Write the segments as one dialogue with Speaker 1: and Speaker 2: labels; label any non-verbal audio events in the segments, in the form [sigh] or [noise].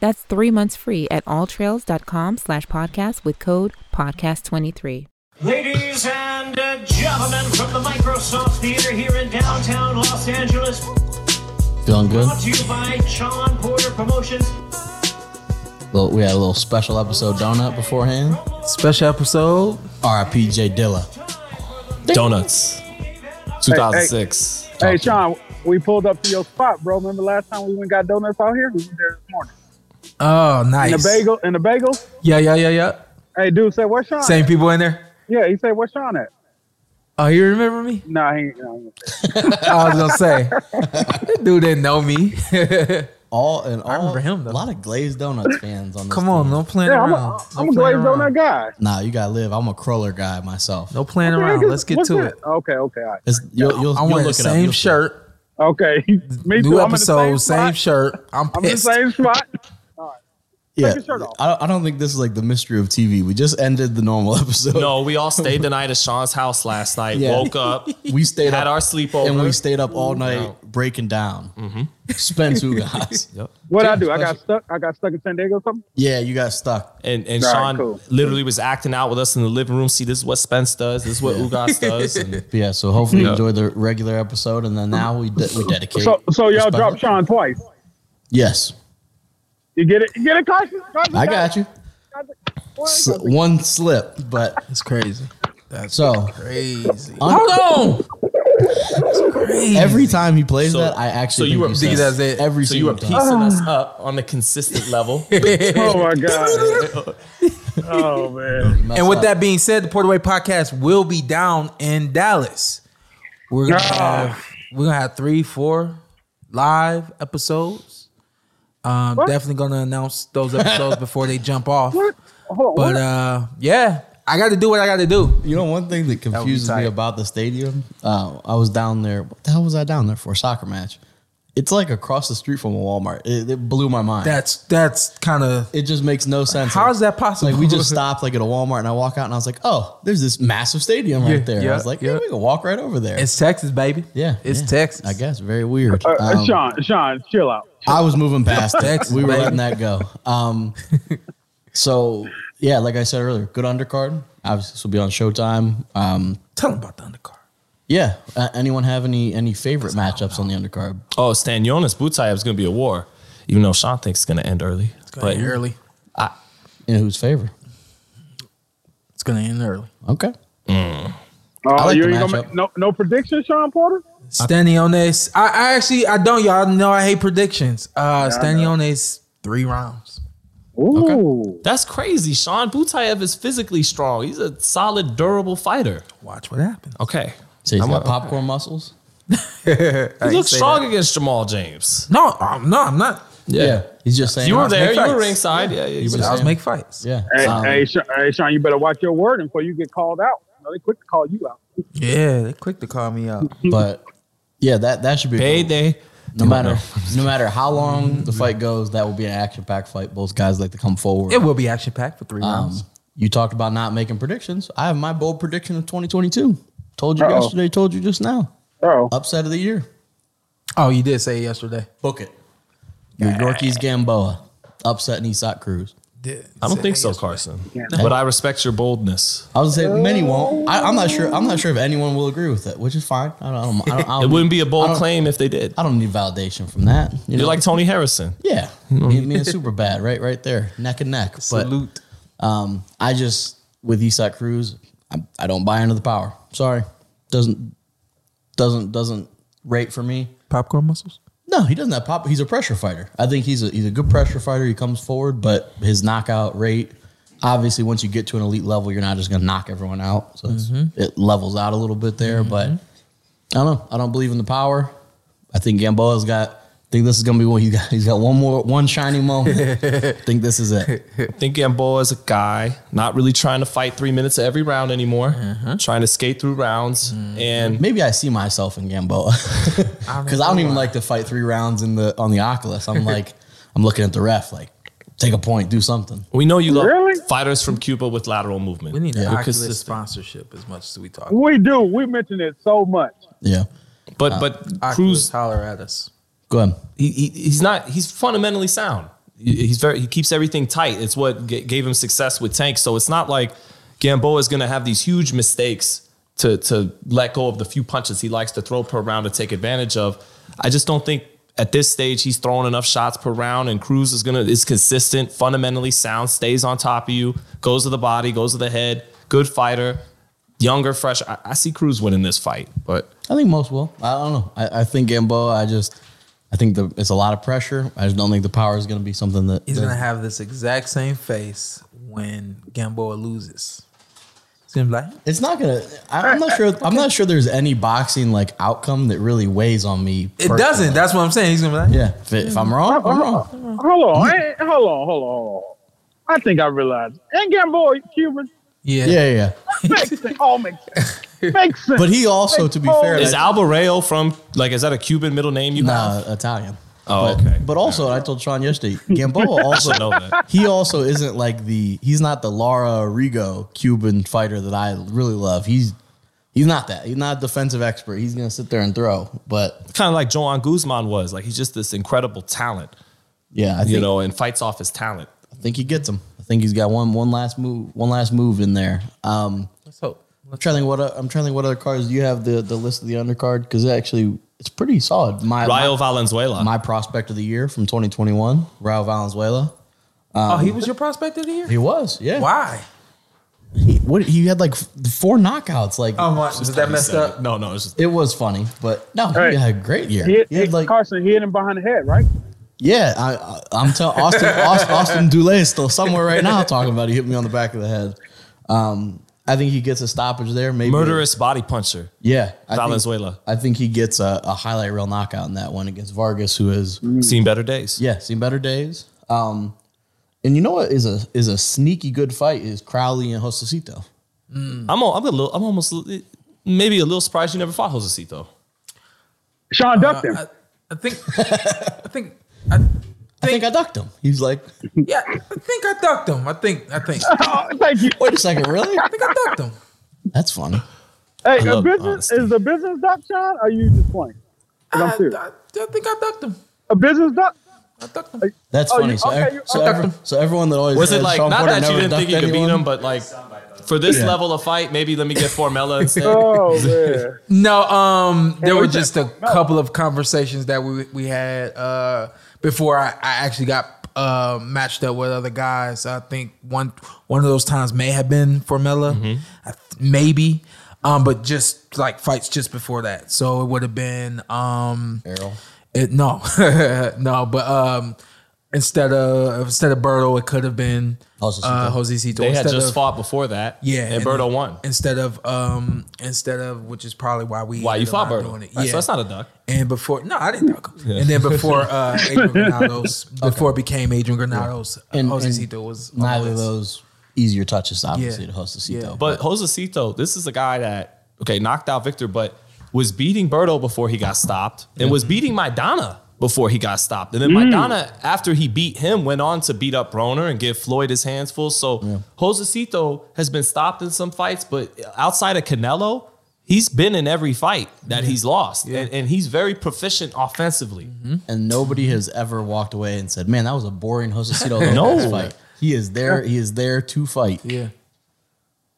Speaker 1: That's three months free at alltrails.com slash podcast with code PODCAST23.
Speaker 2: Ladies and uh, gentlemen, from the Microsoft Theater here in downtown Los Angeles,
Speaker 3: Feeling good?
Speaker 2: brought to you by Sean Porter Promotions.
Speaker 3: Little, we had a little special episode donut beforehand.
Speaker 4: Special episode.
Speaker 3: R.I.P. J. Dilla.
Speaker 5: Donuts. 2006.
Speaker 6: Hey, Sean, we pulled up to your spot, bro. Remember last time we went and got donuts out here? We went there this morning.
Speaker 4: Oh, nice.
Speaker 6: In the bagel, in the bagel.
Speaker 4: Yeah, yeah, yeah, yeah.
Speaker 6: Hey, dude, said where's Sean?
Speaker 4: Same
Speaker 6: at?"
Speaker 4: people in there.
Speaker 6: Yeah, he said where's Sean at?
Speaker 4: Oh, you
Speaker 6: [laughs]
Speaker 4: remember me?
Speaker 6: Nah, he. ain't- no,
Speaker 4: I was gonna say, dude didn't know me. [laughs]
Speaker 3: All in all,
Speaker 4: remember him, though.
Speaker 3: a lot of glazed donuts fans on this.
Speaker 4: Come on,
Speaker 3: team.
Speaker 4: no playing
Speaker 6: Yeah, I'm
Speaker 4: around.
Speaker 6: a,
Speaker 4: no
Speaker 6: I'm a
Speaker 4: playing
Speaker 6: glazed
Speaker 4: around.
Speaker 6: donut guy.
Speaker 3: Nah, you gotta live. I'm a crawler guy myself.
Speaker 4: No playing around.
Speaker 6: Niggas,
Speaker 4: Let's get
Speaker 6: what's
Speaker 4: to
Speaker 6: that?
Speaker 4: it.
Speaker 6: Okay, okay, all right.
Speaker 3: It's, you'll, you'll,
Speaker 4: I'm
Speaker 3: you'll
Speaker 4: wearing the
Speaker 3: look it up.
Speaker 4: same
Speaker 3: You'll see.
Speaker 4: shirt.
Speaker 6: okay. [laughs] Me too.
Speaker 4: New
Speaker 6: I'm in the
Speaker 4: episode, same,
Speaker 6: spot.
Speaker 4: shirt. I'm
Speaker 6: I'm in the
Speaker 4: pissed.
Speaker 6: same spot.
Speaker 3: Yeah,
Speaker 6: your shirt off.
Speaker 3: I don't, I don't think this is like the mystery of TV. We just ended the normal [laughs] episode.
Speaker 5: No, we all stayed the night at Sean's house last night.
Speaker 3: Yeah.
Speaker 5: Woke up,
Speaker 3: we stayed
Speaker 5: had
Speaker 3: up
Speaker 5: our sleepover. Mm-hmm.
Speaker 3: and we stayed up all night breaking down. Spent
Speaker 5: [laughs]
Speaker 3: two guys.
Speaker 5: Yep.
Speaker 6: What I
Speaker 3: James,
Speaker 6: do? I got
Speaker 3: pleasure.
Speaker 6: stuck. I got stuck in San Diego or something.
Speaker 3: Yeah, you got stuck.
Speaker 5: And,
Speaker 6: [laughs]
Speaker 5: and
Speaker 6: All right,
Speaker 5: Sean
Speaker 6: cool.
Speaker 5: literally was acting out with us in the living room. See, this is what Spence does. This is what Ugas does. And
Speaker 3: But yeah, so hopefully you
Speaker 5: Yeah.
Speaker 3: enjoyed the regular episode, and then now we de- we dedicate.
Speaker 6: So, so y'all
Speaker 3: Respect.
Speaker 6: dropped Sean twice.
Speaker 3: Yes,
Speaker 6: You get it? You get it, cautious? Cautious,
Speaker 3: I got you.
Speaker 6: Cautious, cautious.
Speaker 3: S- one slip, but
Speaker 4: That's crazy. That's
Speaker 3: so
Speaker 6: [laughs]
Speaker 4: crazy.
Speaker 3: Hold
Speaker 4: Crazy. [laughs]
Speaker 3: every time he plays
Speaker 5: So-
Speaker 3: that, I
Speaker 5: so
Speaker 3: actually
Speaker 5: you
Speaker 3: think
Speaker 5: were-
Speaker 3: he
Speaker 5: think
Speaker 3: says
Speaker 4: that's it.
Speaker 3: every
Speaker 5: so you
Speaker 3: single
Speaker 5: were piecing
Speaker 3: time.
Speaker 5: us up on a consistent level.
Speaker 6: [laughs] Oh my god.
Speaker 4: [laughs]
Speaker 6: oh man.
Speaker 3: Mess
Speaker 4: And with
Speaker 3: up.
Speaker 4: that being said, the Portaway Podcast will be down in Dallas. We're gonna have we're gonna have three, four live episodes. Um, definitely gonna announce those episodes before they jump off.
Speaker 6: Hold on,
Speaker 4: But uh, yeah, I got to do what I got to do.
Speaker 3: you know, one thing that confuses me
Speaker 4: tight.
Speaker 3: about the stadium, uh, I was down there. What the hell was I down there for? A soccer match. It's like across the street from a Walmart. It, it blew my mind.
Speaker 4: That's that's kind of
Speaker 3: it just makes no sense.
Speaker 4: how is that
Speaker 3: It's
Speaker 4: possible?
Speaker 3: Like we
Speaker 4: [laughs]
Speaker 3: just stopped like at a Walmart and I walk out and I was like, oh, there's this massive stadium right
Speaker 4: Yeah,
Speaker 3: there.
Speaker 4: yeah,
Speaker 3: I was like, yeah,
Speaker 4: yeah.
Speaker 3: we can walk right over there.
Speaker 4: It's Texas, baby.
Speaker 3: yeah,
Speaker 4: it's
Speaker 3: yeah.
Speaker 4: Texas.
Speaker 3: I guess very weird.
Speaker 6: Uh, uh,
Speaker 3: Um,
Speaker 6: Sean. Sean, chill out.
Speaker 3: I was moving past it.
Speaker 4: Texas,
Speaker 3: We were
Speaker 4: baby.
Speaker 3: letting that go.
Speaker 4: [laughs]
Speaker 3: Um, so yeah, like I said earlier, good undercard. Obviously, this will be on Showtime. Um,
Speaker 4: Tell them about the undercard.
Speaker 3: yeah, uh, anyone have any any favorite matchups on the undercard?
Speaker 5: oh, Stan Jonas Butai is going to be a war, even though Sean thinks it's going to end early.
Speaker 4: Gonna
Speaker 5: But
Speaker 4: end early.
Speaker 3: In whose favor?
Speaker 4: It's gonna end early.
Speaker 3: Okay,
Speaker 6: Oh,
Speaker 3: like
Speaker 6: you
Speaker 3: the
Speaker 6: ain't gonna
Speaker 3: matchup.
Speaker 6: make no no prediction, Sean Porter.
Speaker 4: Standing on this, I, I actually I don't y'all know I hate predictions. Uh, standing on this three rounds.
Speaker 6: Ooh.
Speaker 5: that's crazy. Sean Butayev is physically strong. He's a solid, durable fighter.
Speaker 4: Watch what happens.
Speaker 5: Okay.
Speaker 3: so he's
Speaker 5: I'm
Speaker 3: got
Speaker 5: a-
Speaker 3: popcorn muscles.
Speaker 5: He looks strong against Jamal James.
Speaker 4: No, I'm, no, I'm not.
Speaker 3: Yeah, he's just saying.
Speaker 5: You were there.
Speaker 4: make
Speaker 5: You were
Speaker 4: fights.
Speaker 5: ringside. Yeah, yeah. You were
Speaker 4: I
Speaker 5: there.
Speaker 4: was make fights.
Speaker 3: Yeah,
Speaker 6: Hey,
Speaker 3: um,
Speaker 6: hey, Sean, hey, Sean, you better watch your word before you get called out. No, they quick to call you out.
Speaker 4: yeah, they quick to call me out.
Speaker 3: but yeah, that that should be
Speaker 5: Payday.
Speaker 3: No matter no matter how long the fight goes, that will be an action packed fight. Both guys like to come forward.
Speaker 4: It will be action packed for three
Speaker 3: Um,
Speaker 4: rounds.
Speaker 3: you talked about not making predictions. I have my bold prediction of 2022. Told you
Speaker 6: Uh-oh.
Speaker 3: yesterday. Told you just now.
Speaker 6: Oh,
Speaker 3: Upset of the year.
Speaker 4: Oh, you did say it yesterday.
Speaker 3: Book it. Your Yorkies Gamboa upsetting Isak Cruz.
Speaker 5: I don't think so, Carson.
Speaker 6: yesterday.
Speaker 5: But I respect your boldness.
Speaker 3: I was saying many won't. I, I'm not sure. I'm not sure if anyone will agree with it, which is fine. I don't. I don't, I don't, I
Speaker 5: It
Speaker 3: don't,
Speaker 5: wouldn't be a
Speaker 3: I
Speaker 5: bold
Speaker 3: don't-
Speaker 5: claim if they did.
Speaker 3: Um, uh, I don't need validation from that. You
Speaker 5: You're
Speaker 3: know?
Speaker 5: like Tony Harrison.
Speaker 3: yeah, me, me and super bad, right, right there, neck and neck. But
Speaker 4: Salute.
Speaker 3: Um, I just with Isak Cruz, I, I don't buy into the power. Sorry, doesn't doesn't doesn't rate for me.
Speaker 4: Popcorn muscles.
Speaker 3: No, he doesn't have pop. He's a pressure fighter. I think he's a he's a good pressure fighter. He comes forward, but his knockout rate, obviously, once you get to an elite level, you're not just going to knock everyone out. So it's, it levels out a Mm-hmm. little bit there. But I don't know. I don't believe in the power. I think Gamboa's got Think this is gonna be what he got. He's got one more, one shiny [laughs] moment. Think this is it.
Speaker 5: Think Gamboa is a guy not really trying to fight three minutes of every round anymore,
Speaker 3: Uh-huh.
Speaker 5: trying to skate through rounds.
Speaker 3: Mm-hmm.
Speaker 5: And
Speaker 3: Maybe I see myself in Gamboa [laughs] because I don't even like to fight three rounds in the on the Oculus. I'm like, I'm looking at the ref like, take a point, do something.
Speaker 5: we know you love
Speaker 6: Really?
Speaker 5: fighters from Cuba with lateral movement.
Speaker 4: We need an
Speaker 3: Yeah.
Speaker 4: Oculus
Speaker 5: Consistent.
Speaker 4: sponsorship as much as we talk.
Speaker 6: We do. We mention it so much.
Speaker 3: Yeah,
Speaker 4: uh,
Speaker 5: But but
Speaker 4: Oculus,
Speaker 5: Cruz,
Speaker 4: holler at us.
Speaker 3: go ahead.
Speaker 5: he, he, he's not. He's fundamentally sound. He- He's very. He keeps everything tight. It's what g- gave him success with Tank. So it's not like Gamboa is going to have these huge mistakes to to let go of the few punches he likes to throw per round to take advantage of. I just don't think at this stage he's throwing enough shots per round. And Cruz is gonna is consistent, fundamentally sound, stays on top of you, goes to the body, goes to the head. Good fighter, younger, fresh. I, I see Cruz winning this fight, but
Speaker 3: I think most will. I don't know. I, I think Gamboa. I just, I think the, it's a lot of pressure. I just don't think the power is gonna be something that
Speaker 4: He's
Speaker 3: that-
Speaker 4: gonna have this exact same face when Gamboa loses. He's gonna be like,
Speaker 3: It's not gonna. I, I'm not sure. I'm not sure there's any boxing like outcome that really weighs on me.
Speaker 4: it
Speaker 3: personally.
Speaker 4: doesn't. That's what I'm saying. He's gonna be like,
Speaker 3: Yeah. If, if I'm wrong, I'm wrong.
Speaker 6: Hold on,
Speaker 3: Mm-hmm.
Speaker 6: eh, hold on, hold on, hold on. I think I realized. And Gamboa, Cuban,
Speaker 4: yeah,
Speaker 3: Yeah, yeah.
Speaker 6: makes
Speaker 3: [laughs]
Speaker 6: sense. All makes sense. Makes sense.
Speaker 3: But he also, to be fair,
Speaker 5: is
Speaker 3: like,
Speaker 5: Alvareo from like is that a Cuban middle name you have?
Speaker 3: nah, Italian.
Speaker 5: Oh,
Speaker 3: but,
Speaker 5: okay.
Speaker 3: But also, I told Sean yesterday, Gamboa also.
Speaker 5: [laughs] I know that.
Speaker 3: He also isn't like the. He's not the Lara Rigo Cuban fighter that I really love. He's. He's not that. He's not a defensive expert. He's gonna sit there and throw. But
Speaker 5: kind of like Joan Guzman was. Like he's just this incredible talent,
Speaker 3: yeah, I think,
Speaker 5: you know, and fights off his talent.
Speaker 3: I think he gets him. I think he's got one one last move. One last move in there. Um,
Speaker 4: Let's hope.
Speaker 3: I'm trying to think what o- I'm trying to think what other cards do you have the the list of the undercard because actually it's pretty solid. My
Speaker 5: Rayo
Speaker 3: my,
Speaker 5: Valenzuela.
Speaker 3: my prospect of the year from 2021, Raul Valenzuela.
Speaker 4: oh, he was your prospect of the year.
Speaker 3: He was, yeah.
Speaker 4: Why?
Speaker 3: He, what he had like f- four knockouts. Like
Speaker 4: Oh my, is that messed up?
Speaker 5: No, no, [laughs] it's just
Speaker 3: it was funny, but no,
Speaker 6: Right.
Speaker 3: he had a great year.
Speaker 6: He
Speaker 3: He
Speaker 6: hit,
Speaker 3: had
Speaker 6: hit
Speaker 3: like
Speaker 6: Carson hit him behind the head, right?
Speaker 3: yeah. I, I I'm telling Austin Austin, Austin Dulé is still somewhere right now talking about he hit me on the back of the head. Um, I think he gets a stoppage there. Maybe
Speaker 5: murderous body puncher.
Speaker 3: Yeah, I think-
Speaker 5: Valenzuela.
Speaker 3: I think he gets a, a highlight reel knockout in that one against Vargas, who is
Speaker 5: Seen better days.
Speaker 3: yeah seen better days. Um, and you know what is a is a sneaky good fight is Crowley and Josecito.
Speaker 5: I'm, al- I'm a little, I'm almost li- maybe a little surprised you never fought Josecito.
Speaker 3: Uh,
Speaker 6: Sean ducked him.
Speaker 4: Uh, I, I think, I think, I,
Speaker 3: I think I ducked him. He's like,
Speaker 4: yeah, I think I ducked him. I think, I think, I
Speaker 6: [laughs] oh, thank you.
Speaker 3: wait a second, really?
Speaker 4: think I ducked him.
Speaker 3: That's funny.
Speaker 6: Hey, a
Speaker 5: love
Speaker 6: business
Speaker 5: honesty.
Speaker 6: is the business duck, Sean? Or are you just playing? I'm
Speaker 4: I,
Speaker 6: serious.
Speaker 4: I, I think I ducked him.
Speaker 6: A business duck?
Speaker 4: I ducked him.
Speaker 3: That's
Speaker 6: Oh,
Speaker 3: funny.
Speaker 6: you-
Speaker 3: so,
Speaker 6: okay,
Speaker 3: ev-
Speaker 6: you-
Speaker 3: so,
Speaker 6: I
Speaker 3: ever- so everyone that always
Speaker 5: Was it
Speaker 3: said
Speaker 5: like
Speaker 3: Sean
Speaker 5: not
Speaker 3: Porter
Speaker 5: that you
Speaker 3: never
Speaker 5: didn't think you
Speaker 3: ducked
Speaker 5: could beat
Speaker 3: anyone?
Speaker 5: him, but like for this
Speaker 3: Yeah.
Speaker 5: level of fight, maybe let me get [laughs] Formella instead.
Speaker 6: Oh
Speaker 3: [laughs]
Speaker 6: man.
Speaker 4: No, um, there
Speaker 6: we
Speaker 4: were
Speaker 6: check
Speaker 4: just a couple of conversations that we we had uh, before I, I actually got uh, matched up with other guys. I think one one of those times may have been Formella,
Speaker 3: Mm-hmm.
Speaker 4: I th- maybe, um, but just like fights just before that, so it would have been um,
Speaker 3: Errol.
Speaker 4: it, no, [laughs] no, but um, instead of instead of Berto, it could have been
Speaker 3: Josecito.
Speaker 4: uh, Josecito.
Speaker 5: they had
Speaker 4: Instead
Speaker 5: just
Speaker 4: of-
Speaker 5: fought before that.
Speaker 4: yeah,
Speaker 5: and Berto won.
Speaker 4: Instead of um, instead of which is probably why we
Speaker 5: Why you
Speaker 4: ended up
Speaker 5: fought
Speaker 4: not
Speaker 5: Berto?
Speaker 4: doing it.
Speaker 5: Right,
Speaker 4: yeah,
Speaker 5: So that's not a duck.
Speaker 4: and before no, I didn't talk. And then before
Speaker 5: [laughs]
Speaker 4: uh, Adrian Granados, before it became Adrian Granados, uh,
Speaker 3: And-
Speaker 4: Jose
Speaker 3: and
Speaker 4: Cito was on the
Speaker 3: Neither of
Speaker 4: list.
Speaker 3: those easier touches, obviously,
Speaker 4: Yeah.
Speaker 3: to Josecito.
Speaker 4: Yeah.
Speaker 5: But Josecito, this is a guy that okay knocked out Victor, but was beating Berto before he got stopped, and was beating Maidana before he got stopped, and then Maidana after he beat him went on to beat up Broner and give Floyd his hands full. So Josecito has been stopped in some fights, but outside of Canelo. He's been in every fight that he's lost, and, and he's very proficient offensively.
Speaker 3: and nobody has ever walked away and said, "Man, that was a boring
Speaker 5: [laughs]
Speaker 3: Josecito Lopez
Speaker 5: No.
Speaker 3: fight." He is there. He is there to fight.
Speaker 4: yeah,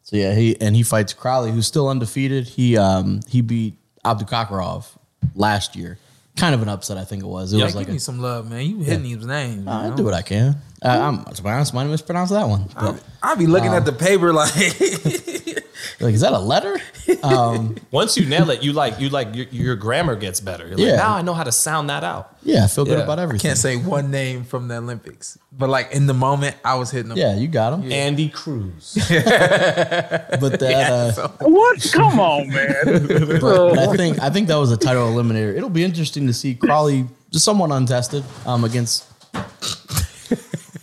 Speaker 3: So yeah, he and he fights Crowley, who's still undefeated. He um he beat Abdukakarov last year. Kind of an upset, I think it was. It
Speaker 5: Yeah.
Speaker 3: was like
Speaker 4: give
Speaker 3: a,
Speaker 4: me some love, man. You hitting these names? you
Speaker 3: I
Speaker 4: know?
Speaker 3: do what I can. I, I'm to be honest,
Speaker 4: [laughs]
Speaker 3: might have mispronounced that one. But
Speaker 4: I be looking at the paper like,
Speaker 3: like, is that a letter? [laughs]
Speaker 5: Once you nail it, you like you like your, your grammar gets better. You're like,
Speaker 3: Yeah.
Speaker 5: Now I know how to sound that out.
Speaker 3: Yeah, I feel good
Speaker 5: Yeah,
Speaker 3: about
Speaker 5: I
Speaker 3: everything.
Speaker 4: Can't say one name from the Olympics, but like in the moment, I was hitting them.
Speaker 3: Yeah, you got him.
Speaker 5: Andy Cruz.
Speaker 3: But that, uh,
Speaker 6: What?
Speaker 3: [laughs]
Speaker 6: Come on, man.
Speaker 3: but
Speaker 6: Bro.
Speaker 3: I think I think that was a title eliminator. It'll be interesting to see Crawley, just someone untested, um, against.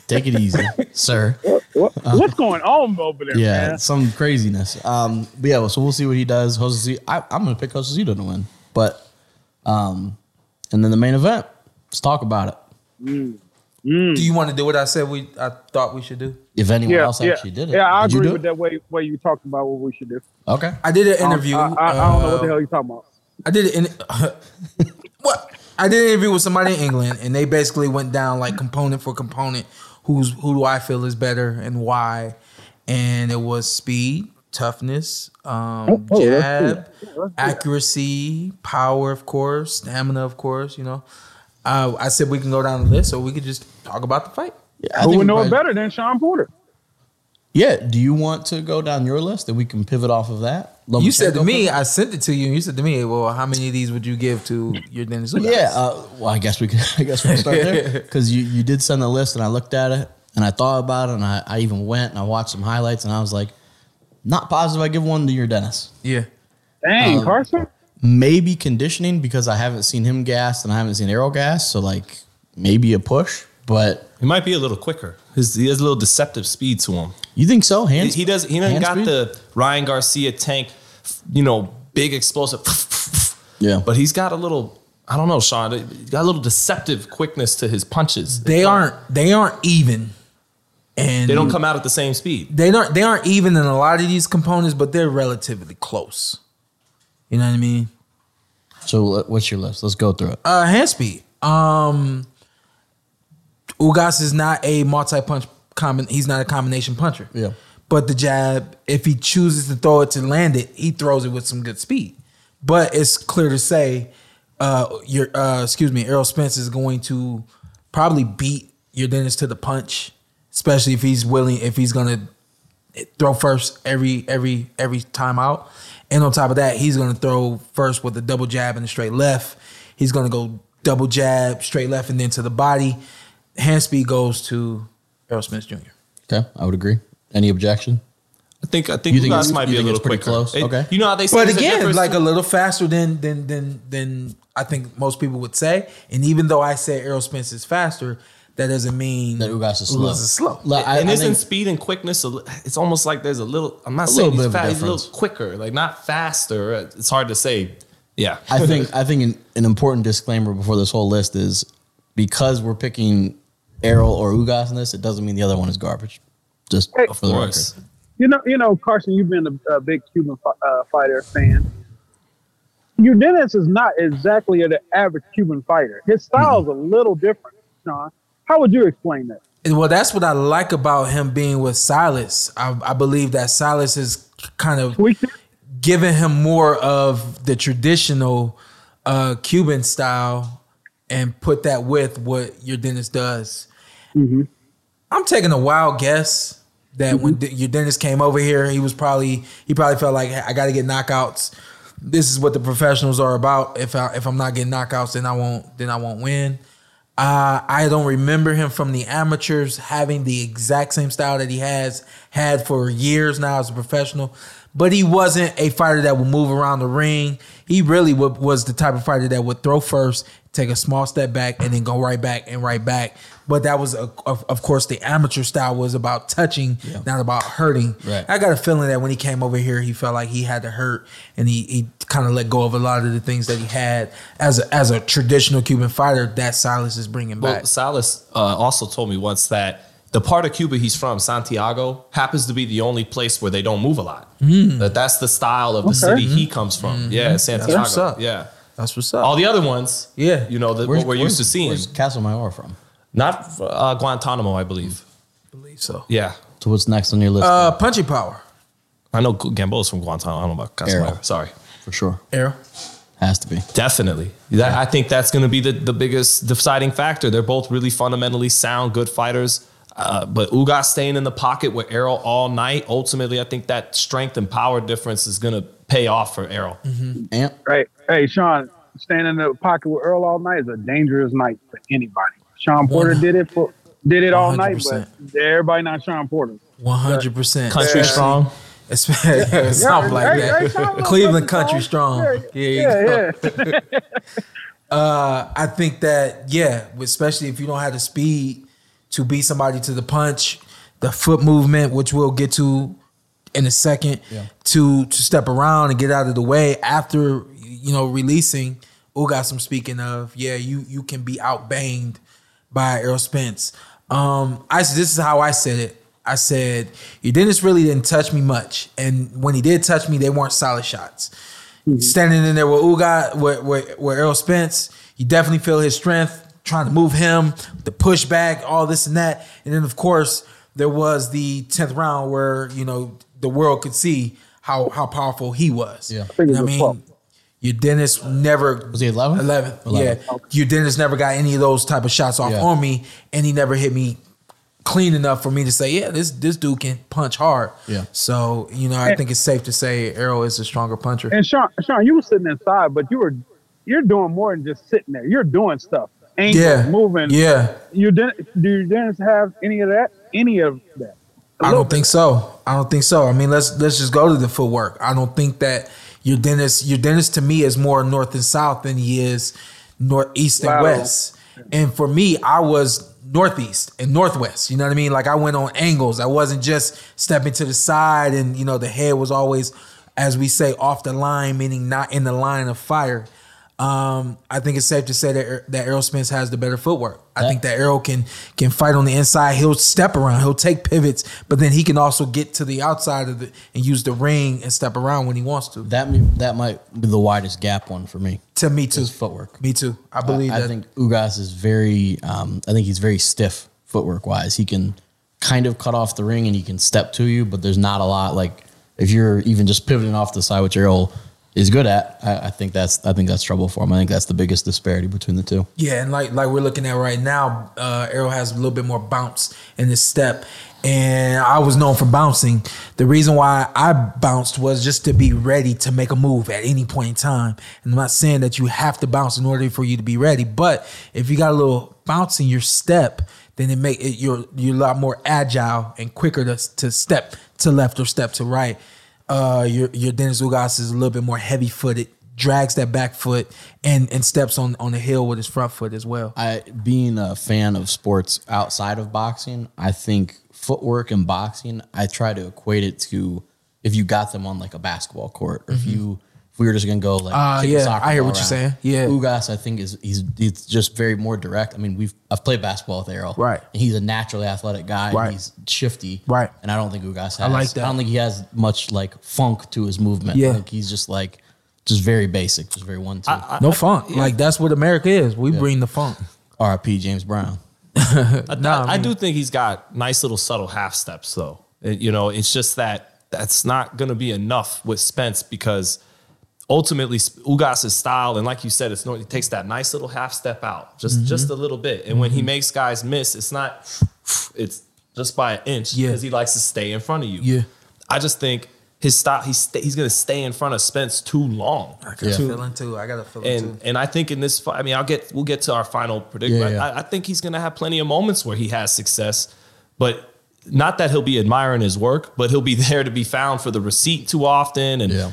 Speaker 3: Take it easy, sir.
Speaker 6: What, what's going on over there,
Speaker 3: Uh-huh. Yeah,
Speaker 6: man?
Speaker 3: some craziness. Um, but yeah, so we'll see what he does. Jose, I, I'm gonna pick Jose Zito to win, but um, and then the main event. Let's talk about it.
Speaker 4: Do you want to do what I said we I thought we should do?
Speaker 3: If anyone
Speaker 6: Yeah,
Speaker 3: else
Speaker 6: yeah,
Speaker 3: actually did it,
Speaker 6: yeah. I
Speaker 3: Did you
Speaker 6: agree
Speaker 3: do
Speaker 6: with
Speaker 3: it?
Speaker 6: that way way you talked about what we should do.
Speaker 3: Okay,
Speaker 4: I did an interview.
Speaker 6: Um, I, I, I don't know what the
Speaker 4: uh,
Speaker 6: hell you're talking about.
Speaker 4: I did an [laughs] what I did an interview with somebody in England, and they basically went down like component for component. Who's who do I feel is better and why? And it was speed, toughness, um,
Speaker 6: Oh, oh, let's
Speaker 4: jab,
Speaker 6: do that. Let's do that.
Speaker 4: accuracy, power, of course, stamina, of course. You know, uh, I said we can go down the list, or we could just talk about the fight.
Speaker 3: yeah, I
Speaker 6: Who
Speaker 3: think we
Speaker 6: would know it
Speaker 3: probably-
Speaker 6: better than Sean Porter?
Speaker 3: Yeah, do you want to go down your list and we can pivot off of that?
Speaker 4: You said to
Speaker 3: Lomachenko
Speaker 4: me, I sent it to you, and you said to me, "Well, how many of these would you give to your Dennis?" Ugas?
Speaker 3: Yeah. Uh, well, I guess we can. [laughs] I guess we can start there because you you did send the list, and I looked at it, and I thought about it, and I, I even went and I watched some highlights, and I was like, not positive. I give one to your Dennis.
Speaker 4: yeah.
Speaker 6: Dang,
Speaker 3: Uh-huh.
Speaker 6: Carson.
Speaker 3: Maybe conditioning because I haven't seen him gas and I haven't seen Arrow gas, so like maybe a push. But
Speaker 5: He might be a little quicker. His, he has a little deceptive speed to him.
Speaker 3: you think so? Hands.
Speaker 5: He does. He doesn't
Speaker 3: hand
Speaker 5: got
Speaker 3: speed?
Speaker 5: the Ryan Garcia tank. You know, big explosive.
Speaker 3: Yeah.
Speaker 5: But he's got a little. I don't know, Sean. He got a little deceptive quickness to his punches.
Speaker 4: they aren't they aren't even and
Speaker 5: They don't come out at the same speed.
Speaker 4: they don't they aren't even in a lot of these components but they're relatively close you know what i mean
Speaker 3: So what- what's your list? Let's go through it.
Speaker 4: uh hand speed um ugas is not a multi-punch common he's not a combination puncher
Speaker 3: Yeah.
Speaker 4: but the jab if he chooses to throw it to land it he throws it with some good speed but it's clear to say uh your uh excuse me errol spence is going to probably beat your dentist to the punch especially if he's willing if he's gonna throw first every every every time out. And on top of that, he's gonna throw first with a double jab and a straight left. He's gonna go double jab, straight left, and then to the body. Hand speed goes to Errol Smith Jr.
Speaker 3: Okay, I would agree. Any objection?
Speaker 5: I think. I think
Speaker 3: You think
Speaker 5: Ugas
Speaker 3: it's-
Speaker 5: might
Speaker 3: you
Speaker 5: be a
Speaker 3: think
Speaker 5: little
Speaker 3: it's pretty
Speaker 5: quicker.
Speaker 3: close?
Speaker 5: It-
Speaker 3: Okay.
Speaker 5: You know how they say.
Speaker 4: But
Speaker 5: there's a
Speaker 4: again,
Speaker 5: difference-
Speaker 4: like a little faster than than than than I think most people would say. And even though I say Errol Spence is faster, that doesn't mean
Speaker 3: That Ugas is slow.
Speaker 4: is slow.
Speaker 3: Like, I-
Speaker 5: and
Speaker 3: I
Speaker 5: isn't
Speaker 3: think-
Speaker 5: speed and quickness? a li- It's almost like there's a little. I'm not
Speaker 3: little
Speaker 5: saying
Speaker 3: bit
Speaker 5: he's
Speaker 3: of a
Speaker 5: fast. He's a little
Speaker 3: difference.
Speaker 5: quicker. Like not faster. It's hard to say. Yeah.
Speaker 3: I think I think an, an important disclaimer before this whole list is because we're picking Errol or Ugas in this, it doesn't mean the other one is garbage. Just
Speaker 5: of
Speaker 3: for the
Speaker 5: course.
Speaker 3: record,
Speaker 6: You know, you know, Carson. You've been a, a big Cuban fi- uh, fighter fan. Your Dennis is not exactly the average Cuban fighter. His style
Speaker 3: Mm-hmm.
Speaker 6: is a little different, Sean. How would you explain that?
Speaker 4: Well, that's what I like about him being with Silas. I, I believe that Silas is kind of
Speaker 6: We can-
Speaker 4: giving him more of the traditional uh, Cuban style and put that with what your dentist does. I'm taking a wild guess that when d- your dentist came over here, he was probably he probably felt like I got to get knockouts. This is what the professionals are about. If I if I'm not getting knockouts, then I won't then I won't win. Uh, I don't remember him from the amateurs having the exact same style that he has had for years now as a professional. But he wasn't a fighter that would move around the ring. He really wa- was the type of fighter that would throw first, take a small step back, and then go right back and right back. But that was, a, of, of course, the amateur style was about touching, not about hurting.
Speaker 3: Right.
Speaker 4: I got a feeling that when he came over here, he felt like he had to hurt, and he, he kind of let go of a lot of the things that he had as a, as a traditional Cuban fighter that Silas is bringing
Speaker 5: Well,
Speaker 4: back.
Speaker 5: Salas uh, also told me once that the part of Cuba he's from, Santiago, happens to be the only place where they don't move a lot. That that's the style of the city he comes from. Yeah, Santiago.
Speaker 4: what's up.
Speaker 5: Yeah.
Speaker 4: That's what's up.
Speaker 5: All the other ones,
Speaker 4: Yeah.
Speaker 5: you know, that what we're used to seeing.
Speaker 3: Where's Castle Mayor from?
Speaker 5: Not uh, Guantanamo, I believe.
Speaker 4: believe so.
Speaker 5: Yeah,
Speaker 3: So what's next on your list?
Speaker 4: Uh, punchy power.
Speaker 5: I know Gambo's from Guantanamo. I don't know about
Speaker 3: Arrow.
Speaker 5: Casamayor. Sorry,
Speaker 3: for sure,
Speaker 4: Arrow.
Speaker 3: has to be.
Speaker 5: definitely. That, I think that's going to be the the biggest deciding factor. They're both really fundamentally sound, good fighters. Uh, but Ugas staying in the pocket with Errol all night. Ultimately, I think that strength and power difference is going to pay off for Errol.
Speaker 3: Amp.
Speaker 6: Right. Hey, Sean, standing in the pocket with Earl all night is a dangerous night for anybody. Sean Porter did it for did it all night, but everybody not Sean Porter.
Speaker 4: One hundred percent.
Speaker 5: Country strong.
Speaker 4: Something like
Speaker 6: hey, hey,
Speaker 4: that.
Speaker 6: Sean Porter something
Speaker 4: Cleveland country
Speaker 6: strong.
Speaker 4: strong. Yeah, you
Speaker 6: Yeah,
Speaker 4: go.
Speaker 6: yeah.
Speaker 4: [laughs] I think that yeah, especially if you don't have the speed to beat somebody to the punch, the foot movement, which we'll get to in a second, to to step around and get out of the way after you know releasing. Ugas, I'm speaking of, yeah, you you can be outbanged by Errol Spence. Um, I this is how I said it. I said Dennis really didn't touch me much, and when he did touch me, they weren't solid shots Mm-hmm. standing in there with Uga, with, with, with Earl Spence. You definitely feel his strength, trying to move him, the pushback, all this and that. And then, of course, there was the 10th round where, you know, the world could see how how powerful he was.
Speaker 3: Yeah. I
Speaker 6: think it
Speaker 4: I
Speaker 6: was
Speaker 4: mean,
Speaker 6: 12.
Speaker 4: your dentist never
Speaker 3: Was he 11?
Speaker 4: 11.
Speaker 3: 11.
Speaker 4: Yeah. Your dentist never got any of those type of shots off
Speaker 3: Yeah.
Speaker 4: on me, and he never hit me clean enough for me to say, yeah, this this dude can punch hard.
Speaker 3: Yeah.
Speaker 4: So, you know, I think it's safe to say Errol is a stronger puncher.
Speaker 6: And Sean, Sean, you were sitting inside, but you were you're doing more than just sitting there. You're doing stuff. Angles,
Speaker 4: yeah.
Speaker 6: moving.
Speaker 4: Yeah.
Speaker 6: You didn't do you didn't have any of that? Any of that.
Speaker 4: I don't think so. I don't think so. I mean, let's let's just go to the footwork. I don't think that your dentist your dentist to me is more north and south than he is northeast and
Speaker 6: Wow.
Speaker 4: west. And for me, I was northeast and northwest. You know what I mean? Like I went on angles. I wasn't just stepping to the side and you know the head was always as we say off the line meaning not in the line of fire. Um, I think it's safe to say that that Errol Spence has the better footwork. I think that Errol can can fight on the inside. He'll step around. He'll take pivots, but then he can also get to the outside of the and use the ring and step around when he wants to.
Speaker 3: That m- that might be the widest gap one for me.
Speaker 4: To me too.
Speaker 3: His footwork.
Speaker 4: Me too. I believe
Speaker 3: I
Speaker 4: that.
Speaker 3: think Ugas is very. Um, I think he's very stiff footwork wise. He can kind of cut off the ring and he can step to you, but there's not a lot. Like if you're even just pivoting off the side, which Errol is good at, I, I think that's I think that's trouble for him. I think that's the biggest disparity between the two.
Speaker 4: Yeah, and like like we're looking at right now, uh, Arrow has a little bit more bounce in his step, and I was known for bouncing. The reason why I bounced was just to be ready to make a move at any point in time. And I'm not saying that you have to bounce in order for you to be ready, but if you got a little bounce in your step, then it make it you're you're a lot more agile and quicker to to step to left or step to right. Uh, your your Dennis Ugas is a little bit more heavy footed, drags that back foot and and steps on on the hill with his front foot as well.
Speaker 3: I being a fan of sports outside of boxing, I think footwork and boxing, I try to equate it to if you got them on like a basketball court or if you if we were just gonna go like
Speaker 4: Mm-hmm. Ah,
Speaker 3: kick a
Speaker 4: yeah,
Speaker 3: soccer
Speaker 4: I hear
Speaker 3: ball
Speaker 4: what you're
Speaker 3: around.
Speaker 4: saying. Yeah.
Speaker 3: Ugas I think is he's it's just very more direct. I mean we've I've played basketball with Errol.
Speaker 4: Right.
Speaker 3: And he's a naturally athletic guy. and
Speaker 4: Right.
Speaker 3: he's shifty.
Speaker 4: Right.
Speaker 3: And I don't think Ugas has
Speaker 4: like that.
Speaker 3: I don't think he has much like funk to his movement.
Speaker 4: Yeah.
Speaker 3: I think he's just like just very basic, just very one two.
Speaker 4: No funk, like that's what America is. We bring the funk.
Speaker 3: R.I.P. James Brown.
Speaker 5: I,
Speaker 4: Nah,
Speaker 5: I-
Speaker 4: I
Speaker 5: I
Speaker 4: mean-
Speaker 5: do think he's got nice little subtle half steps though. It- you know, it's just that that's not going to be enough with Spence because ultimately S- Ugas' style and like you said, it's no, it takes that nice little half step out, just
Speaker 4: Mm-hmm.
Speaker 5: just a little bit. And when he makes guys miss, it's not it's just by an inch
Speaker 4: Yeah.
Speaker 5: because he likes to stay in front of you.
Speaker 4: Yeah.
Speaker 5: I just think his style he's sta he's going to stay in front of Spence too long.
Speaker 4: got
Speaker 3: Yeah.
Speaker 4: feeling too. I got a feeling
Speaker 5: And and I think in this fight, I mean, I'll get we'll get to our final prediction.
Speaker 3: Yeah, yeah.
Speaker 5: I, I think he's going to have plenty of moments where he has success, but not that he'll be admiring his work, but he'll be [laughs] there to be found for the receipt too often. And
Speaker 3: Yeah.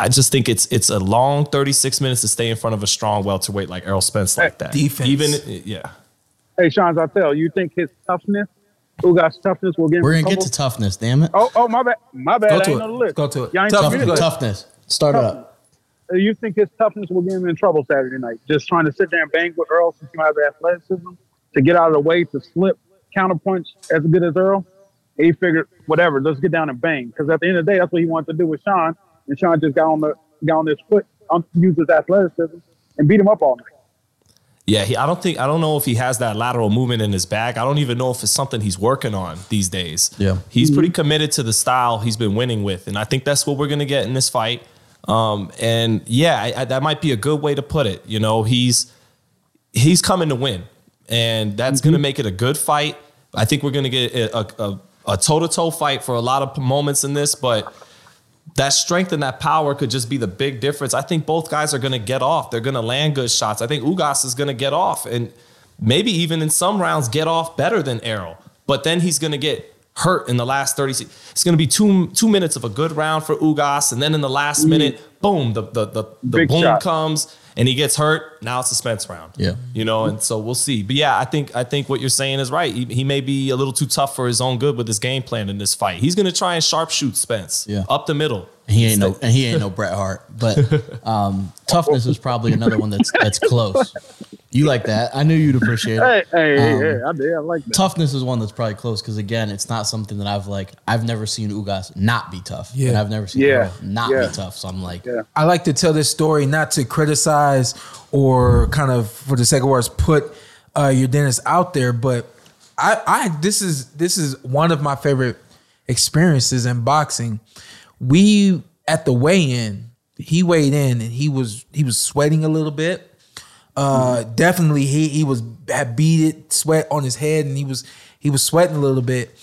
Speaker 5: I just think it's it's a long thirty six minutes to stay in front of a strong welterweight like Errol Spence like that.
Speaker 4: Defense.
Speaker 5: even yeah.
Speaker 6: Hey Sean Zartel, you think his toughness, Ugas toughness will get him
Speaker 3: We're
Speaker 6: in
Speaker 3: gonna get
Speaker 6: trouble?
Speaker 3: to toughness, damn it.
Speaker 6: Oh, oh, my bad. My bad.
Speaker 4: Go
Speaker 6: I
Speaker 4: to
Speaker 6: ain't
Speaker 4: it.
Speaker 6: on the list.
Speaker 4: Go to it.
Speaker 6: Y'all ain't
Speaker 4: Tough-
Speaker 6: told me
Speaker 4: go
Speaker 6: that.
Speaker 4: ahead.
Speaker 3: Toughness. Start it up.
Speaker 6: Uh, You think his toughness will get him in trouble Saturday night? Just trying to sit there and bang with Earl since you have the athleticism to get out of the way to slip counterpunch as good as Earl. He figured, whatever, let's get down and bang. Because at the end of the day, that's what he wanted to do with Sean, and Sean just got on the got on his foot, um, used his athleticism, and beat him up all night.
Speaker 5: Yeah, he, I don't think I don't know if he has that lateral movement in his back. I don't even know if it's something he's working on these days.
Speaker 3: Yeah.
Speaker 5: he's pretty committed to the style he's been winning with, and I think that's what we're gonna get in this fight. Um, and yeah, I, I, that might be a good way to put it.
Speaker 6: Mhm.
Speaker 5: You know, he's he's coming to win, and that's gonna make it a good fight. I think we're going to get a, a, a toe-to-toe fight for a lot of moments in this, but that strength and that power could just be the big difference. I think both guys are going to get off. They're going to land good shots. I think Ugas is going to get off and maybe even in some rounds get off better than Errol. But then he's going to get hurt in the last 30 se- It's going to be two two minutes of a good round for Ugas and then in the last minute, boom, the the the, the
Speaker 6: Mm. Big
Speaker 5: boom
Speaker 6: shot.
Speaker 5: comes and he gets hurt. Now it's a Spence round.
Speaker 3: Yeah.
Speaker 5: You know, and so we'll see. But yeah, I think I think what you're saying is right. He, he may be a little too tough for his own good with his game plan in this fight. He's going to try and sharpshoot Spence
Speaker 3: Yeah.
Speaker 5: up the middle.
Speaker 3: He ain't no and he ain't no Bret Hart, but um, toughness is probably another one that's that's close. You like that? I knew you'd appreciate
Speaker 6: Hey,
Speaker 3: it.
Speaker 6: hey, hey,
Speaker 3: Um,
Speaker 6: hey, I did. I like that.
Speaker 3: Toughness is one that's probably close because again, it's not something that I've like. I've never seen Ugas not be tough,
Speaker 4: Yeah.
Speaker 3: and I've never seen
Speaker 6: Yeah.
Speaker 3: Errol not
Speaker 6: Yeah.
Speaker 3: be tough. So I'm like,
Speaker 6: Yeah.
Speaker 4: I like to tell this story not to criticize or kind of, for the sake of words, put uh, your dentist out there, but I, I this is this is one of my favorite experiences in boxing. We at the weigh-in, he weighed in and he was he was sweating a little bit. Uh, definitely he he was had beaded sweat on his head and he was he was sweating a little bit.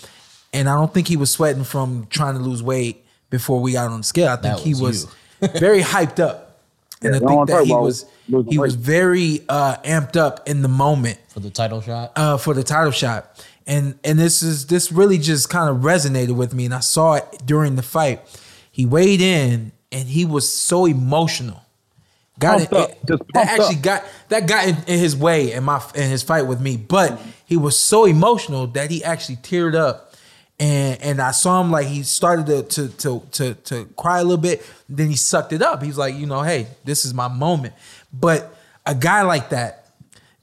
Speaker 4: And I don't think he was sweating from trying to lose weight before we got on the scale. I think
Speaker 3: That
Speaker 4: he
Speaker 3: was
Speaker 4: was
Speaker 3: you.
Speaker 4: [laughs] very hyped up. And
Speaker 6: Yeah,
Speaker 4: I
Speaker 6: I don't
Speaker 4: think that
Speaker 6: wanna
Speaker 4: he
Speaker 6: talk
Speaker 4: was
Speaker 6: about losing
Speaker 4: he was
Speaker 6: weight.
Speaker 4: very uh, amped up in the moment
Speaker 3: for the title shot,
Speaker 4: uh, for the title shot. And and this is this really just kind of resonated with me, and I saw it during the fight. He weighed in, and he was so emotional. Got
Speaker 6: Pumped up. Just
Speaker 4: that
Speaker 6: pumped
Speaker 4: actually
Speaker 6: up.
Speaker 4: got that got in, in his way in my in his fight with me, but he was so emotional that he actually teared up. And and I saw him like he started to to to to, to cry a little bit. Then he sucked it up. He's like, you know, hey, this is my moment. But a guy like that,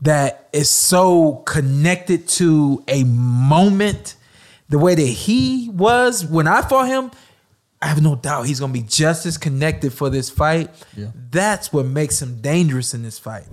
Speaker 4: that is so connected to a moment the way that he was when I fought him. I have no doubt he's going to be just as connected for this fight.
Speaker 3: Yeah.
Speaker 4: That's what makes him dangerous in this fight.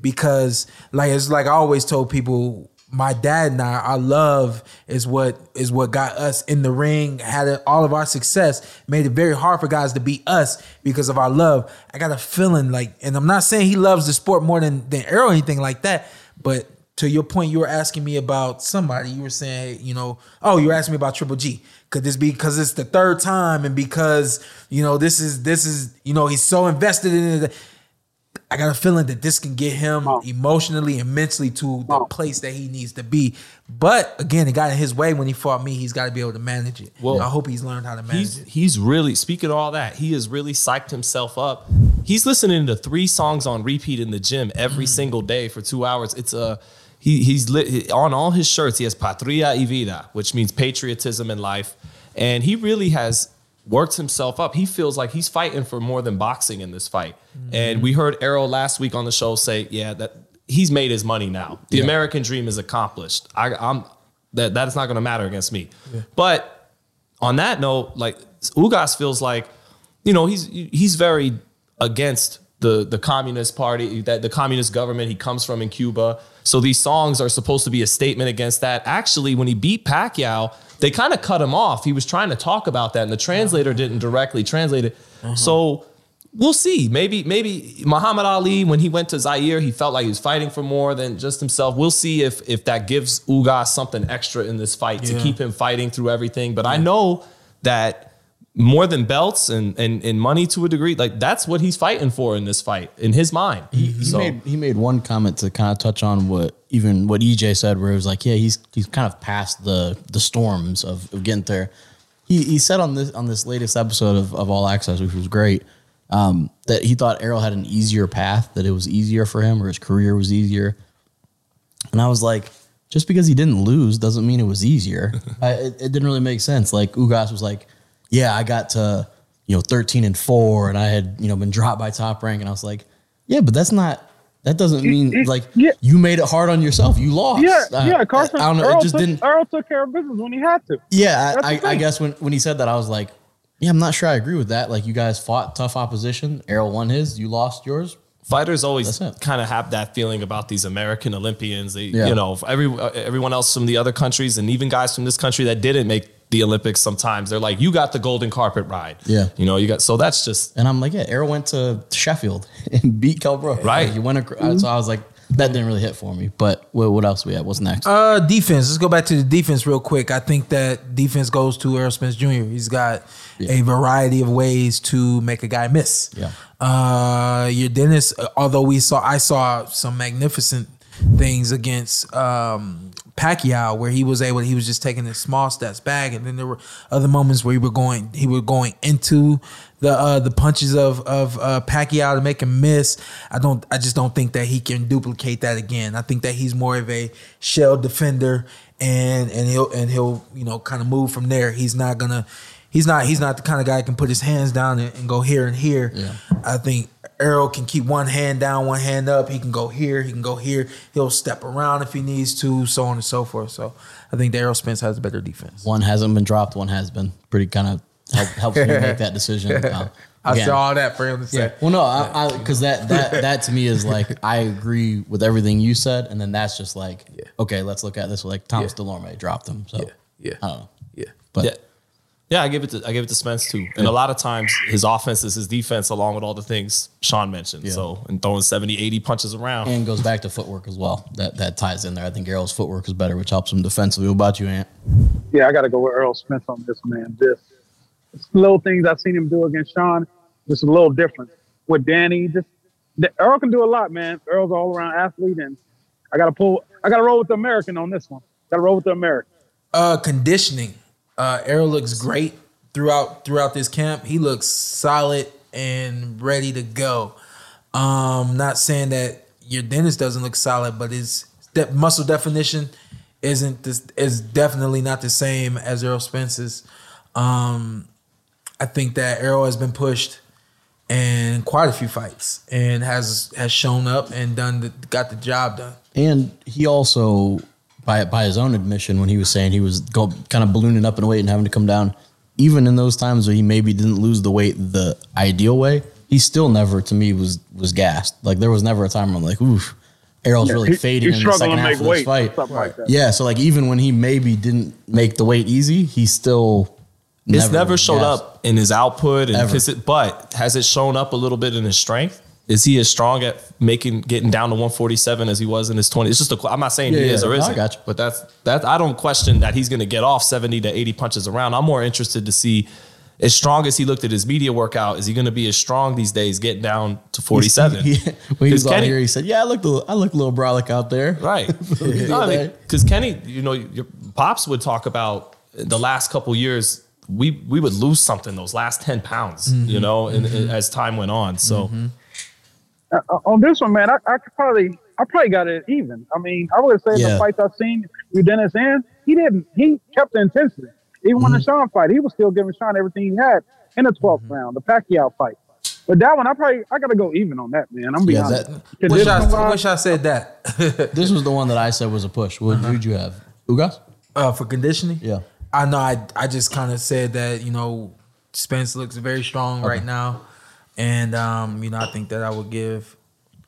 Speaker 4: Because like it's like I always told people my dad and I our love is what is what got us in the ring, had it- all of our success, made it very hard for guys to beat us because of our love. I got a feeling like and I'm not saying he loves the sport more than than Errol or anything like that, but to your point, you were asking me about somebody. You were saying, you know, oh, you were asking me about Triple G. Could this be because it's the third time, and because you know this is this is you know he's so invested in it. I got a feeling that this can get him emotionally and mentally to the place that he needs to be. But again, it got in his way when he fought me. He's got to be able to manage it. Well,
Speaker 5: Well,
Speaker 4: I hope he's learned how to manage
Speaker 5: He's
Speaker 4: it.
Speaker 5: he's really speaking of all that. He has really psyched himself up. He's listening to three songs on repeat in the gym every single day for two hours. It's a he he's lit, on all his shirts. He has Patria y Vida, which means patriotism and life, and he really has worked himself up. He feels like he's fighting for more than boxing in this fight. And we heard Errol last week on the show say, "Yeah, that he's made his money now. The American dream is accomplished. I, I'm." That, that is not going to matter against me. But on that note, like Ugas feels like, you know, he's he's very against the the communist party, that the communist government he comes from in Cuba. So these songs are supposed to be a statement against that. Actually, when he beat Pacquiao, they kind of cut him off. He was trying to talk about that, and the translator didn't directly translate it. So we'll see. Maybe maybe Muhammad Ali, when he went to Zaire, he felt like he was fighting for more than just himself. We'll see if if that gives Ugas something extra in this fight to
Speaker 4: Yeah.
Speaker 5: keep him fighting through everything. But I know that more than belts and, and and money to a degree, like that's what he's fighting for in this fight in his mind.
Speaker 3: he made he made one comment to kind of touch on what even what EJ said, where it was like, yeah, he's he's kind of past the the storms of, of getting there. He he said on this on this latest episode of, of All Access, which was great, um, that he thought Errol had an easier path, that it was easier for him, or his career was easier. And I was like, just because he didn't lose doesn't mean it was
Speaker 6: [laughs]
Speaker 3: easier. I, it, it didn't really make sense. Like Ugas was like, yeah, I got to, you know, 13 and four and I had, you know, been dropped by top rank. And I was like, yeah, but that's not, that doesn't mean like
Speaker 6: yeah.
Speaker 3: you made it hard on yourself. You lost.
Speaker 6: Yeah,
Speaker 3: Uh,
Speaker 6: yeah. Carson
Speaker 3: I, don't know.
Speaker 6: Earl,
Speaker 3: It just
Speaker 6: took,
Speaker 3: didn't.
Speaker 6: Earl took care of business when he had to.
Speaker 3: Yeah,
Speaker 6: That's
Speaker 3: I, I,
Speaker 6: the
Speaker 3: I
Speaker 6: thing.
Speaker 3: guess when, when he said that, I was like, yeah, I'm not sure I agree with that. Like you guys fought tough opposition. Errol won his, you lost yours.
Speaker 5: Fighters always
Speaker 3: That's it.
Speaker 5: kind of have that feeling about these American Olympians. They,
Speaker 3: Yeah.
Speaker 5: you know, every uh, everyone else from the other countries and even guys from this country that didn't make the Olympics. Sometimes they're like, "You got the golden carpet ride."
Speaker 3: Yeah.
Speaker 5: you know, you got. So that's just
Speaker 3: And I'm like, yeah, Errol went to Sheffield [laughs] and beat Cal Brook.
Speaker 5: Right.
Speaker 3: Like, you went across. So I was like, that didn't really hit for me. But what, what else we had? What's next?
Speaker 4: Uh, defense. Let's go back to the defense real quick. I think that defense goes to Earl Smith Jr. He's got a variety of ways to make a guy miss.
Speaker 3: Yeah.
Speaker 4: Uh, your Dennis. Although we saw, I saw some magnificent things against um Pacquiao, where he was able, he was just taking his small steps back, and then there were other moments where he were going, he were going into the uh the punches of of uh Pacquiao to make him miss. I don't, I just don't think that he can duplicate that again. I think that he's more of a shell defender, and and he'll and he'll you know kind of move from there. He's not gonna. He's not. He's not the kind of guy that can put his hands down and, and go here and here. I think Errol can keep one hand down, one hand up. He can go here. He can go here. He'll step around if he needs to, so on and so forth. So I think that Errol Spence has a better defense.
Speaker 3: one hasn't been dropped. One has been. Pretty kind of help, helps me
Speaker 4: [laughs]
Speaker 3: make that decision. Uh,
Speaker 4: I
Speaker 3: again,
Speaker 4: said all that for him to say.
Speaker 3: Yeah. Well, no, I because that that that to
Speaker 4: [laughs]
Speaker 3: me is like I agree with everything you said, and then that's just like okay, let's look at this. Like Thomas
Speaker 4: Yeah.
Speaker 3: Delorme dropped him, so
Speaker 4: Yeah.
Speaker 3: I don't know.
Speaker 4: Yeah.
Speaker 3: But
Speaker 5: Yeah. Yeah, I give it to I give it to Spence too. And a lot of times his offense is his defense along with all the things Sean mentioned. So and throwing 70, 80 punches around.
Speaker 3: and goes back to footwork as well. That that ties in there. I think Errol's footwork is better, which helps him defensively. What about you, Ant?
Speaker 6: Yeah, I got to go with Earl Smith on this man. This it's little things I've seen him do against Sean, just a little different. With Danny, just the, Earl can do a lot, man. Earl's an all around athlete, and I got to pull. I got to roll with the American on this one. Got to roll with the American.
Speaker 4: Uh, conditioning. Uh, Errol looks great throughout throughout this camp. He looks solid and ready to go. Um, not saying that your dentist doesn't look solid, but his de- muscle definition isn't this is definitely not the same as Errol Spence's. Um, I think that Errol has been pushed in quite a few fights and has has shown up and done the, got the job done.
Speaker 3: And he also, by by his own admission, when he was saying he was go, kind of ballooning up in weight and having to come down, even in those times where he maybe didn't lose the weight the ideal way, he still never, to me, was was gassed. Like there was never a time where I'm like, oof, Errol's really
Speaker 6: He-
Speaker 3: fading
Speaker 6: he's
Speaker 3: in the second
Speaker 6: struggling to
Speaker 3: half
Speaker 6: make
Speaker 3: of this
Speaker 6: weight,
Speaker 3: fight.
Speaker 6: something like that.
Speaker 3: Yeah, so like even when he maybe didn't make the weight easy, he still.
Speaker 5: It's never,
Speaker 3: was
Speaker 5: showed
Speaker 3: gassed.
Speaker 5: up in his output and
Speaker 3: Ever.
Speaker 5: his, but has it shown up a little bit in his strength? Is he as strong at making getting down to 147 as he was in his 20s? It's just a, qu- I'm not saying
Speaker 3: Yeah,
Speaker 5: he
Speaker 3: yeah,
Speaker 5: is or
Speaker 3: no, I
Speaker 5: isn't,
Speaker 3: got you.
Speaker 5: but that's that I don't question that he's going to get off 70 to 80 punches around. I'm more interested to see as strong as he looked at his media workout, is he going to be as strong these days getting down
Speaker 3: [laughs]
Speaker 5: to
Speaker 3: He,
Speaker 5: 47?
Speaker 3: when he was
Speaker 5: Because
Speaker 3: all
Speaker 5: Kenny-
Speaker 3: here, he said, "Yeah, I looked a little, I looked a little brolic out there."
Speaker 5: Right.
Speaker 3: Yeah.
Speaker 5: Because Kenny, you know, your pops would talk about the last couple years. We we would lose something those last ten pounds, you know, and, and as time went on. So
Speaker 6: Uh, uh, on this one, man, I, I could probably I probably got it even. I mean, I would say
Speaker 3: Yeah.
Speaker 6: the fights I've seen with Dennis and he didn't. He kept the intensity. Even when the
Speaker 3: Mm-hmm.
Speaker 6: Sean fight, he was still giving Sean everything he had in the 12th round, the Pacquiao fight. But that one, I probably I got to go even on that, man. I'm gonna be
Speaker 3: Yeah,
Speaker 6: honest.
Speaker 3: that-
Speaker 4: Wish
Speaker 6: Conditioning
Speaker 4: I,
Speaker 6: wise,
Speaker 4: wish I said that [laughs]
Speaker 3: This was the one that I said was a push. What
Speaker 5: Uh-huh.
Speaker 3: would you have, Ugas?
Speaker 4: uh, for conditioning.
Speaker 3: Yeah.
Speaker 4: I know. I I just kind of said that you know Spence looks very strong right now, and um, you know I think that I would give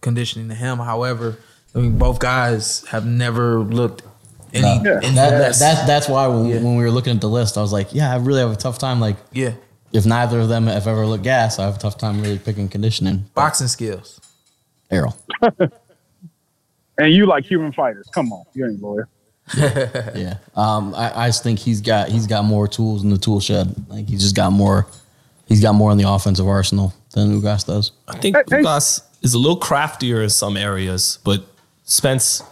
Speaker 4: conditioning to him. However, I mean both guys have never looked any.
Speaker 3: Yeah.
Speaker 4: any
Speaker 3: That, that,
Speaker 4: less.
Speaker 3: that, that's why when, when we were looking at the list, I was like, yeah, I really have a tough time. Like,
Speaker 4: yeah,
Speaker 3: if neither of them have ever looked gas, I have a tough time really picking conditioning.
Speaker 4: boxing skills.
Speaker 3: Errol.
Speaker 6: and you like human fighters? Come on, you ain't lawyer.
Speaker 3: Yeah. Um, I, I just think he's got he's got more tools in the tool shed. Like he's just got more he's got more in the offensive arsenal than Ugas does.
Speaker 5: I think
Speaker 6: Hey, hey.
Speaker 5: Ugas is a little craftier in some areas, but Spence,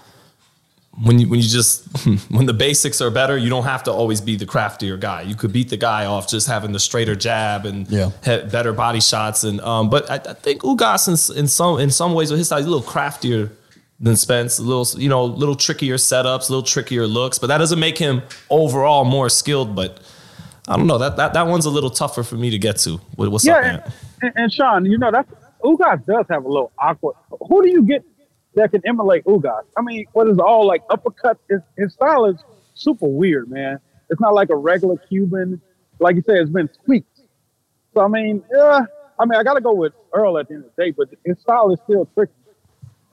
Speaker 5: when you when you just [laughs] when the basics are better, you don't have to always be the craftier guy. You could beat the guy off just having the straighter jab and
Speaker 3: Yeah.
Speaker 5: ha- better body shots. And um, but I, I think Ugas in, s- in some in some ways with his size, he's a little craftier than Spence. A little you know, little trickier setups, little trickier looks, but that doesn't make him overall more skilled. But I don't know that that, that one's a little tougher for me to get to. What- What's up,
Speaker 6: Yeah,
Speaker 5: man?
Speaker 6: and, and, and Sean, you know that's Ugas does have a little awkward. Who do you get that can emulate Ugas? I mean, what is all like uppercut? His, his style is super weird, man. It's not like a regular Cuban. Like you said, it's been tweaked. So I mean, yeah, I mean, I got to go with Earl at the end of the day, but his style is still tricky.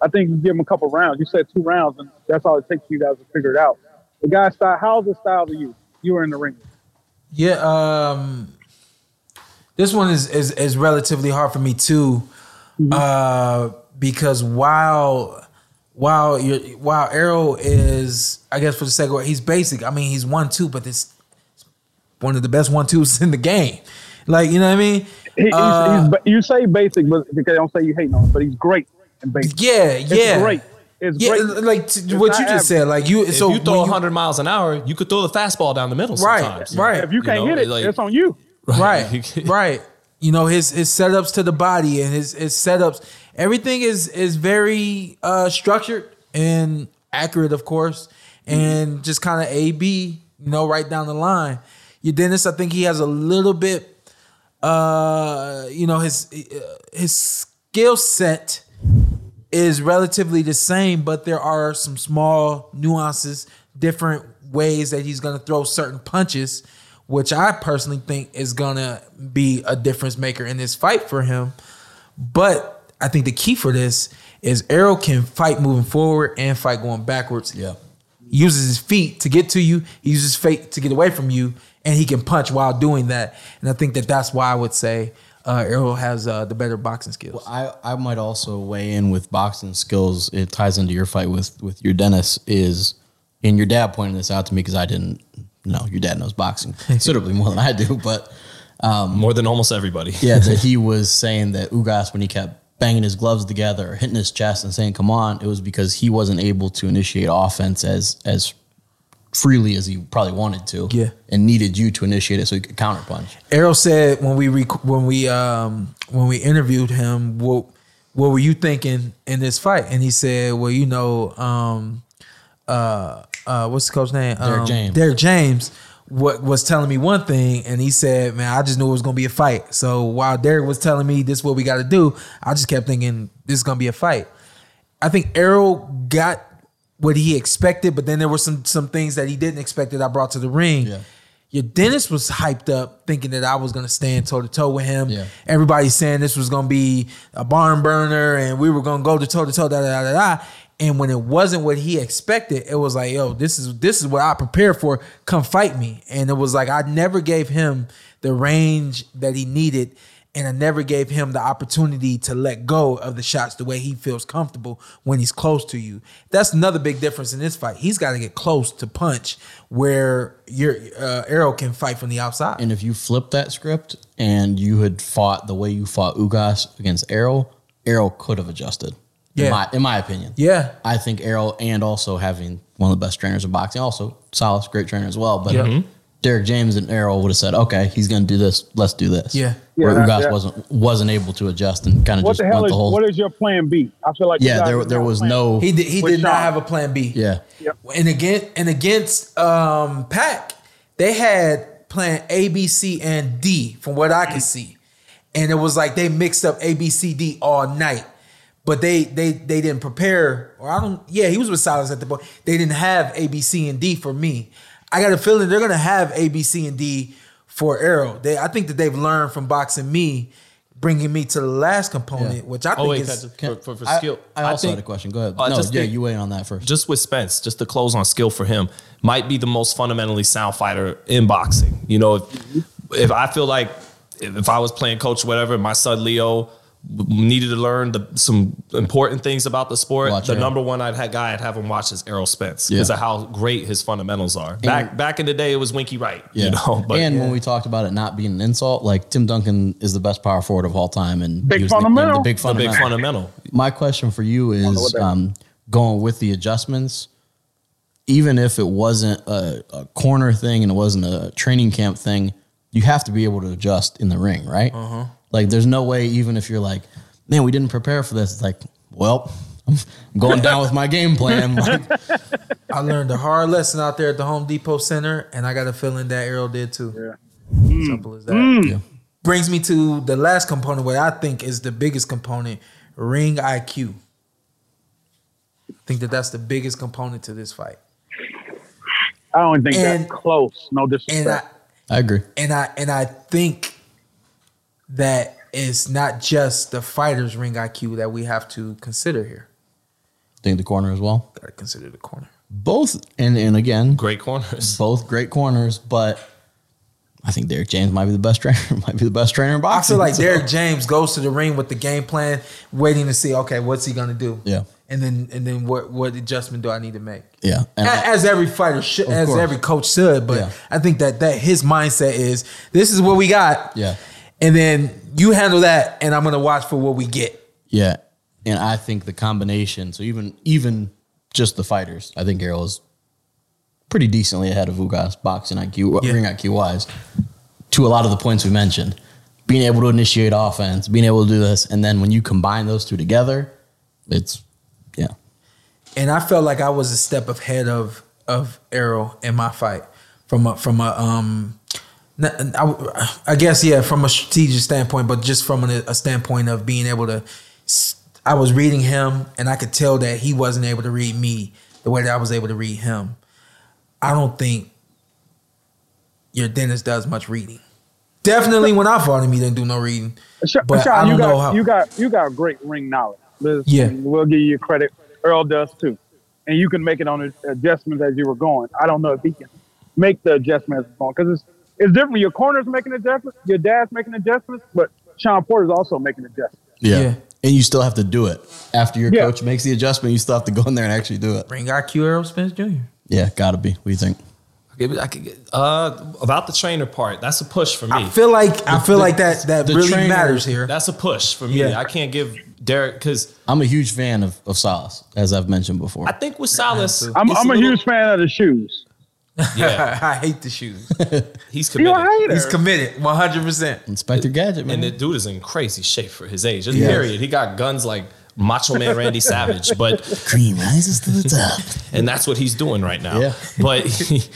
Speaker 6: I think you give him a couple rounds. You said two rounds, and that's all it takes for you guys to figure it out. The guy's style, how's his style to you? You were in the ring.
Speaker 4: Yeah, um this one is is, is
Speaker 6: Mm-hmm.
Speaker 4: relatively hard for me too. Uh because while while you while Arrow is, I guess for the sake of it, he's basic. I mean, he's one two, but this one of the best one twos [laughs] in the game. Like you know what I mean?
Speaker 6: He, he's,
Speaker 4: Uh,
Speaker 6: he's, ba- you say basic, but because I don't say you hating on him, but he's great and basic.
Speaker 4: yeah, yeah,
Speaker 6: It's great. It's
Speaker 4: yeah.
Speaker 6: great.
Speaker 4: Like t- what
Speaker 6: not
Speaker 4: you just
Speaker 6: average.
Speaker 4: said, like you.
Speaker 5: If
Speaker 4: so
Speaker 5: you throw
Speaker 4: when
Speaker 5: 100 miles an hour, you could throw the fastball down the middle
Speaker 4: Right,
Speaker 5: sometimes.
Speaker 4: right.
Speaker 6: If you can't
Speaker 5: know,
Speaker 6: hit it,
Speaker 5: like-
Speaker 6: it's on you.
Speaker 4: right right you know his his setups to the body and his his setups everything is is very uh structured and accurate of course and just kind of a b you know right down the line your dentist i think he has a little bit uh you know his uh, his skill set is relatively the same, but there are some small nuances, different ways that he's going to throw certain punches, which I personally think is going to be a difference maker in this fight for him. But I think the key for this is Arrow can fight moving forward and fight going backwards.
Speaker 3: Yeah.
Speaker 4: He uses his feet to get to you. He uses his feet to get away from you, and he can punch while doing that. And I think that that's why I would say uh, Arrow has uh, the better boxing skills.
Speaker 3: I, I might also weigh in with boxing skills. It ties into your fight with with your dentist is, and your dad pointed this out to me because I didn't know your dad knows [laughs] boxing considerably more than I do. But
Speaker 5: More than almost everybody.
Speaker 3: yeah,
Speaker 4: [laughs]
Speaker 3: that he was saying that Ugas when he kept banging his gloves together, or hitting his chest, and saying "Come on," it was because he wasn't able to initiate offense as as freely as he probably wanted to.
Speaker 4: Yeah.
Speaker 3: and needed you to initiate it so he could counterpunch.
Speaker 4: Errol said when we rec- when we um when we interviewed him, what what were you thinking in this fight? And he said, well, you know, um, uh, uh, what's the coach's name?
Speaker 3: Derrick
Speaker 4: Um,
Speaker 3: James.
Speaker 4: Derrick James. What was telling me one thing, and he said, "Man, I just knew it was gonna be a fight." So while Derek was telling me this is what we got to do, I just kept thinking this is gonna be a fight. I think Errol got what he expected, but then there were some some things that he didn't expect that I brought to the ring.
Speaker 3: Yeah.
Speaker 4: Your dentist was hyped up thinking that I was gonna stand toe to toe with him.
Speaker 3: Yeah.
Speaker 4: Everybody saying this was gonna be a barn burner and we were gonna go to toe to toe, da da da da. da. And when it wasn't what he expected, it was like, yo, this is this is what I prepared for. Come fight me. And it was like I never gave him the range that he needed. And I never gave him the opportunity to let go of the shots the way he feels comfortable when he's close to you. That's another big difference in this fight. He's got to get close to punch where your uh, arrow can fight from the outside.
Speaker 3: And if you flip that script and you had fought the way you fought Ugas against Errol, Errol could have adjusted.
Speaker 4: Yeah.
Speaker 3: In my, in my opinion.
Speaker 4: Yeah.
Speaker 3: I think Errol and also having one of the best trainers in boxing, also Salas, great trainer as well. But
Speaker 4: Yeah.
Speaker 5: Mm-hmm.
Speaker 4: Mhm.
Speaker 3: Derek James and Errol would have said, okay, he's going to do this. Let's do this.
Speaker 4: Yeah.
Speaker 3: Where
Speaker 6: Yeah,
Speaker 3: Ugas
Speaker 6: yeah.
Speaker 3: wasn't wasn't able to adjust and kind of
Speaker 6: What
Speaker 3: just
Speaker 6: the
Speaker 3: went
Speaker 6: hell is
Speaker 3: the whole.
Speaker 6: what is your plan B? I feel like you
Speaker 3: yeah,
Speaker 6: guys
Speaker 3: there
Speaker 6: don't
Speaker 3: there
Speaker 6: have a
Speaker 3: was
Speaker 6: plan.
Speaker 3: no.
Speaker 4: He did, he
Speaker 6: With
Speaker 4: did not
Speaker 6: Sean.
Speaker 4: have a plan B.
Speaker 3: yeah.
Speaker 4: And again and against um Pack, they had plan A, B, C, and D from what I could
Speaker 5: Mm.
Speaker 4: see. And it was like they mixed up A, B, C, D all night. But they they they didn't prepare, or I don't yeah, he was with Silas at the point. They didn't have A, B, C, and D for me. I got a feeling they're gonna have A, B, C, and D for Arrow. They I think that they've learned from boxing me, bringing me to the last component, which I
Speaker 5: Oh,
Speaker 4: think
Speaker 5: wait,
Speaker 4: is
Speaker 5: for, for, for
Speaker 3: I-
Speaker 5: skill.
Speaker 3: I, also
Speaker 5: think-
Speaker 3: had a question. Go ahead.
Speaker 5: I
Speaker 3: no,
Speaker 5: just
Speaker 3: yeah,
Speaker 5: think-
Speaker 3: you weigh in on that first.
Speaker 5: just with Spence, just to close on skill for him, might be the most fundamentally sound fighter in boxing. You know, if, if I feel like if if I was playing coach, whatever, my son Leo w- needed to learn the, some important things about the sport.
Speaker 3: Watch
Speaker 5: the
Speaker 3: Errol.
Speaker 5: number one I'd had guy I'd have him watch is Errol Spence
Speaker 3: Yeah.
Speaker 5: because of how great his fundamentals are. Back back in the day, it was Winky Wright. You know, [laughs] but
Speaker 3: and when we talked about it not being an insult, like Tim Duncan is the best power forward of all time, and
Speaker 6: Big
Speaker 3: he was nicknamed
Speaker 6: fundamental.
Speaker 3: The big
Speaker 5: the
Speaker 3: fundamental.
Speaker 5: big fundamental.
Speaker 3: My question for you is um, going with the adjustments, even if it wasn't a, a corner thing and it wasn't a training camp thing, you have to be able to adjust in the ring, right?
Speaker 4: Uh-huh.
Speaker 3: Like, there's no way, even if you're like, man, we didn't prepare for this. It's like, well, I'm going down with my game plan. [laughs] Like,
Speaker 4: I learned a hard lesson out there at the Home Depot Center, and I got a feeling that Errol did too. Mm. Simple as that.
Speaker 3: Yeah.
Speaker 4: Brings me to the last component, what I think is the biggest component ring IQ. I think that that's the biggest component to this fight.
Speaker 6: I don't think
Speaker 4: And-
Speaker 6: that's close. No disrespect.
Speaker 4: And I,
Speaker 3: I agree.
Speaker 4: and I and I think that it's not just the fighter's ring IQ that we have to consider here.
Speaker 3: Think the corner as well.
Speaker 4: Got to consider the corner.
Speaker 3: Both, and, and again,
Speaker 5: Great corners.
Speaker 3: both great corners, but I think Derek James might be the best trainer. [laughs] Might be the best trainer in
Speaker 4: I
Speaker 3: boxing.
Speaker 4: feel
Speaker 3: [laughs]
Speaker 4: like
Speaker 3: so-
Speaker 4: Derek James goes to the ring with the game plan, waiting to see, okay, what's he gonna do?
Speaker 3: Yeah.
Speaker 4: And and then and then what what adjustment do I need to make?
Speaker 3: Yeah. And I-
Speaker 4: A- as every fighter should, as
Speaker 3: course.
Speaker 4: every coach should. But
Speaker 3: Yeah.
Speaker 4: I think that that his mindset is this is what we got.
Speaker 3: Yeah.
Speaker 4: and then you handle that, and I'm gonna watch for what we get.
Speaker 3: Yeah, and I think the combination. So even even just the fighters, I think Errol is pretty decently ahead of Ugas boxing IQ,
Speaker 4: Yeah.
Speaker 3: ring IQ wise. To a lot of the points we mentioned, being able to initiate offense, being able to do this, and then when you combine those two together, it's yeah,
Speaker 4: and I felt like I was a step ahead of of Arrow in my fight from a from a um n- I, I guess yeah from a strategic standpoint, but just from a, a standpoint of being able to s- I was reading him and I could tell that he wasn't able to read me the way that I was able to read him. I don't think your dentist does much reading. Definitely when I fought him, he didn't do no reading.
Speaker 6: Sean,
Speaker 4: But I
Speaker 6: Sean, you
Speaker 4: don't
Speaker 6: got
Speaker 4: know how-
Speaker 6: you got you got great ring knowledge. Liz,
Speaker 4: Yeah.
Speaker 6: we'll give you credit. Earl does too, and you can make it on the adjustments as you were going. I don't know if he can make the adjustments on because it's it's different. Your corner's making adjustments, your dad's making adjustments, but Sean Porter's also making adjustments.
Speaker 3: yeah,
Speaker 4: Yeah.
Speaker 3: and you still have to do it after your
Speaker 6: Yeah.
Speaker 3: coach makes the adjustment. You still have to go in there and actually do it.
Speaker 4: Bring IQ Arrow Spence Jr.
Speaker 3: Yeah, gotta be. What do you think?
Speaker 5: I could, I could get, uh, about the trainer part. That's a push for me.
Speaker 4: I feel like I feel
Speaker 3: the-
Speaker 4: like that that
Speaker 3: the
Speaker 4: really
Speaker 3: trainer-
Speaker 4: matters here.
Speaker 5: That's a push for me.
Speaker 4: Yeah.
Speaker 5: I can't give Derek because
Speaker 3: I'm a huge fan of of Solace, as I've mentioned before.
Speaker 5: I think with Silas,
Speaker 6: I'm,
Speaker 5: it's
Speaker 6: I'm a
Speaker 5: little-
Speaker 6: huge fan of the shoes.
Speaker 5: Yeah,
Speaker 4: [laughs] I hate the shoes.
Speaker 5: he's
Speaker 6: You a
Speaker 5: committed.
Speaker 6: hater?
Speaker 4: He's committed, one hundred percent.
Speaker 3: Inspector Gadget, man.
Speaker 5: And the dude is in crazy shape for his age. Just
Speaker 3: Yes.
Speaker 5: period. He got guns like Macho Man Randy Savage, but
Speaker 3: Cream rises to the
Speaker 5: [laughs]
Speaker 3: top.
Speaker 5: and that's what he's doing right now.
Speaker 3: Yeah.
Speaker 5: But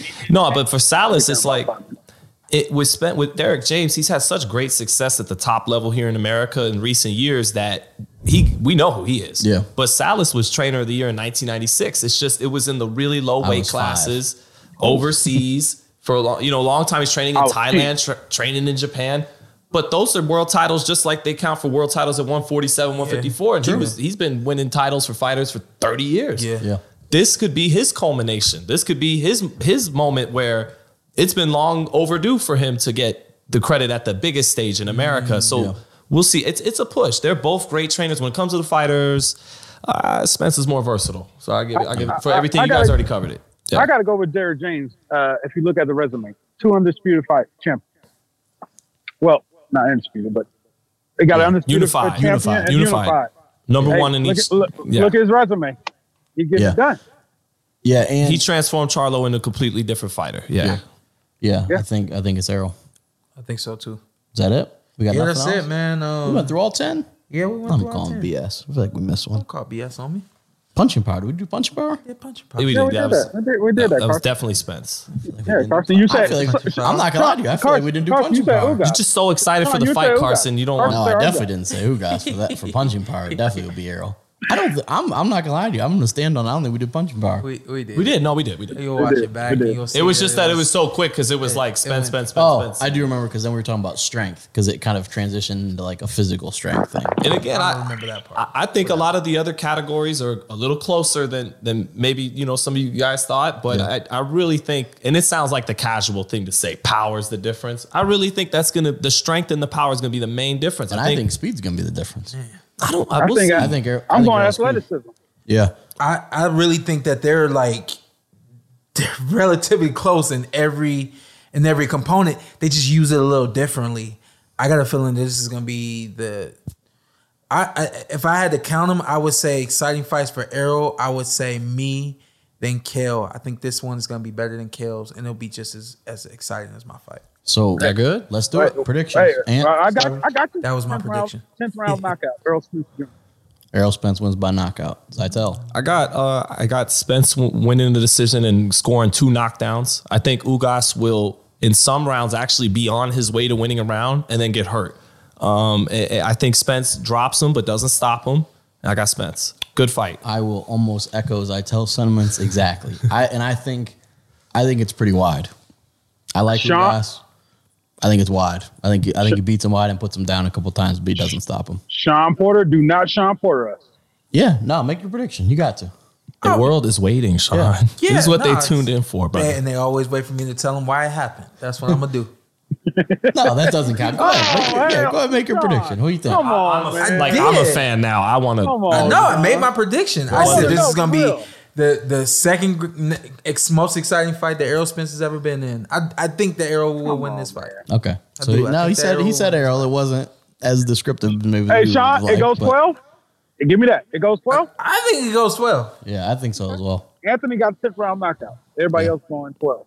Speaker 5: [laughs] no, but for Salas, it's like it was spent with Derek James. He's had such great success at the top level here in America in recent years that he we know who he is.
Speaker 3: Yeah.
Speaker 5: But Salas was trainer of the year in 1996. It's just it was in the really low weight
Speaker 3: was five.
Speaker 5: classes overseas for a long you know long time. He's training in
Speaker 6: Oh,
Speaker 5: Thailand, tra- training in Japan. But those are world titles, just like they count for world titles at 147, 154. and he was he's been winning titles for fighters for 30 years
Speaker 4: Yeah.
Speaker 3: Yeah.
Speaker 5: this could be his culmination. This could be his his moment where it's been long overdue for him to get the credit at the biggest stage in America. so
Speaker 3: yeah.
Speaker 5: we'll see. It's it's a push. They're both great trainers when it comes to the fighters. Uh, Spence is more versatile. So I give it, I give it for
Speaker 6: I-
Speaker 5: everything
Speaker 6: I
Speaker 5: you guys
Speaker 6: gotta-
Speaker 5: already covered it. Yeah.
Speaker 6: I got to go with Derrick James. Uh, if you look at the resume, two undisputed fight champ. Well, not undisputed, but they got
Speaker 5: Yeah.
Speaker 6: an undisputed
Speaker 5: Unified,
Speaker 6: champion
Speaker 5: unified,
Speaker 6: and
Speaker 5: unified. Number
Speaker 6: Hey,
Speaker 5: one in
Speaker 6: look,
Speaker 5: each.
Speaker 6: at, look,
Speaker 5: yeah.
Speaker 6: look at his resume. He gets
Speaker 3: Yeah.
Speaker 6: it done.
Speaker 3: Yeah, and
Speaker 5: he transformed Charlo into a completely different fighter. Yeah.
Speaker 3: Yeah. yeah,
Speaker 6: Yeah.
Speaker 3: I think I think it's Errol.
Speaker 4: I think so too.
Speaker 3: Is that it? We got
Speaker 4: Yeah,
Speaker 3: nothing
Speaker 4: that's
Speaker 3: else?
Speaker 4: it, man. Um,
Speaker 3: We went through all ten.
Speaker 4: yeah, we went
Speaker 3: I'm
Speaker 4: through all
Speaker 3: calling
Speaker 4: 10.
Speaker 3: BS. I feel like we missed one.
Speaker 4: Don't call BS on me.
Speaker 3: Punching power. Did we do punching power?
Speaker 4: Yeah, punch it,
Speaker 5: We
Speaker 4: pop it.
Speaker 5: did.
Speaker 6: Yeah, we
Speaker 5: that
Speaker 6: did
Speaker 5: was,
Speaker 6: that. We did, we did that,
Speaker 5: that was
Speaker 6: Carson.
Speaker 5: definitely Spence.
Speaker 6: Yeah, Carson, you
Speaker 3: I
Speaker 6: said. [laughs]
Speaker 3: feel like
Speaker 6: Carson,
Speaker 3: I'm not gonna lie to you. I feel like we didn't do
Speaker 6: Carson, you
Speaker 3: punching
Speaker 6: said
Speaker 3: power.
Speaker 6: Ugas.
Speaker 5: You're just so excited
Speaker 6: No,
Speaker 5: for the
Speaker 6: you
Speaker 5: fight,
Speaker 6: said who got-
Speaker 5: Carson. You don't
Speaker 6: Carson
Speaker 5: want
Speaker 3: No,
Speaker 6: Sorry,
Speaker 3: I
Speaker 6: I'm
Speaker 3: definitely
Speaker 6: good.
Speaker 3: didn't say who guys for that for punching power. It definitely would be Errol. I don't. th- I'm. I'm not gonna lie to you. I'm gonna stand on. I don't think we did punching power.
Speaker 4: We, we did.
Speaker 5: We did. No, we did. We did.
Speaker 4: You'll watch
Speaker 6: did.
Speaker 4: it back.
Speaker 6: We
Speaker 4: and
Speaker 6: did.
Speaker 4: you'll see
Speaker 5: It was just that it was so quick because it was like
Speaker 4: went-
Speaker 5: Spence, Spence, Spence,
Speaker 3: oh,
Speaker 5: Spence.
Speaker 3: I do remember because then we were talking about strength because it kind of transitioned into like a physical strength thing.
Speaker 5: And again,
Speaker 4: I
Speaker 5: I,
Speaker 4: don't remember that part.
Speaker 5: I, I think a lot of the other categories are a little closer than than maybe you know some of you guys thought. But
Speaker 3: Yeah.
Speaker 5: I, I really think, and it sounds like the casual thing to say, power is the difference. I really think that's gonna the strength and the power is gonna be the main difference.
Speaker 3: And I think speed's gonna be the difference.
Speaker 5: I don't. I,
Speaker 6: I
Speaker 5: will
Speaker 6: think
Speaker 5: see.
Speaker 6: I,
Speaker 3: I think Errol- I
Speaker 6: I'm
Speaker 3: think
Speaker 6: going
Speaker 3: Errol's good.
Speaker 6: athleticism.
Speaker 3: Yeah.
Speaker 4: I, I really think that they're like they're [laughs] relatively close in every in every component. They just use it a little differently. I got a feeling this is gonna be the. I, I if I had to count them, I would say exciting fights for Arrow. I would say me, then Kale. I think this one is gonna be better than Kale's, and it'll be just as as exciting as my fight.
Speaker 3: So we're good. Let's do it. Predictions.
Speaker 6: Hey,
Speaker 3: and
Speaker 6: I got, I got you.
Speaker 4: That was my
Speaker 6: 10th
Speaker 4: prediction.
Speaker 6: Round, 10th round knockout. Earl Smith Jr.
Speaker 3: Errol Spence wins by knockout. Zaitel.
Speaker 5: I got uh, I got Spence w- winning the decision and scoring two knockdowns. I think Ugas will in some rounds actually be on his way to winning a round and then get hurt. Um, I I think Spence drops him but doesn't stop him. And I got Spence. Good fight.
Speaker 3: I will almost echo Zaitel sentiments exactly. I and I think, I think it's pretty wide. I like
Speaker 6: Sean?
Speaker 3: Ugas. I think it's wide. I think I think he beats him wide and puts him down a couple times, but he doesn't stop him.
Speaker 6: Sean Porter, do not Sean Porter us.
Speaker 3: Yeah, no, make your prediction. You got to.
Speaker 5: The world is waiting, Sean.
Speaker 3: Yeah.
Speaker 5: [laughs] this is what
Speaker 4: Yeah, nah,
Speaker 5: they tuned in for, brother.
Speaker 4: And they always wait for me to tell them why it happened. That's what I'm gonna do.
Speaker 3: No, that doesn't
Speaker 6: [laughs]
Speaker 3: count. Go ahead. Make, yeah, go ahead and make your prediction. Who you think?
Speaker 6: Come on,
Speaker 5: I'm a,
Speaker 6: man.
Speaker 5: like I'm a
Speaker 4: did.
Speaker 5: fan now. I want
Speaker 6: Come
Speaker 5: to.
Speaker 3: Oh,
Speaker 6: on.
Speaker 4: no, I made my prediction. I
Speaker 6: Well,
Speaker 4: said
Speaker 6: no,
Speaker 4: this
Speaker 6: no,
Speaker 4: is gonna
Speaker 6: for
Speaker 4: be
Speaker 6: real.
Speaker 4: the the second gr- n- ex- most exciting fight that Errol Spence has ever been in. I I think that Errol will win this fight.
Speaker 3: Okay. So
Speaker 4: do. I
Speaker 3: no, he
Speaker 4: think
Speaker 3: said he
Speaker 4: Errol-
Speaker 3: said Errol. It wasn't as descriptive. as Maybe
Speaker 6: Hey,
Speaker 3: we
Speaker 6: Sean,
Speaker 3: would like,
Speaker 6: it goes
Speaker 3: but-
Speaker 6: 12? Give me that. It goes 12?
Speaker 4: I think it goes well.
Speaker 3: Yeah, I think so as well.
Speaker 6: Anthony got a 6 round knockout. Everybody
Speaker 3: Yeah.
Speaker 6: else going 12.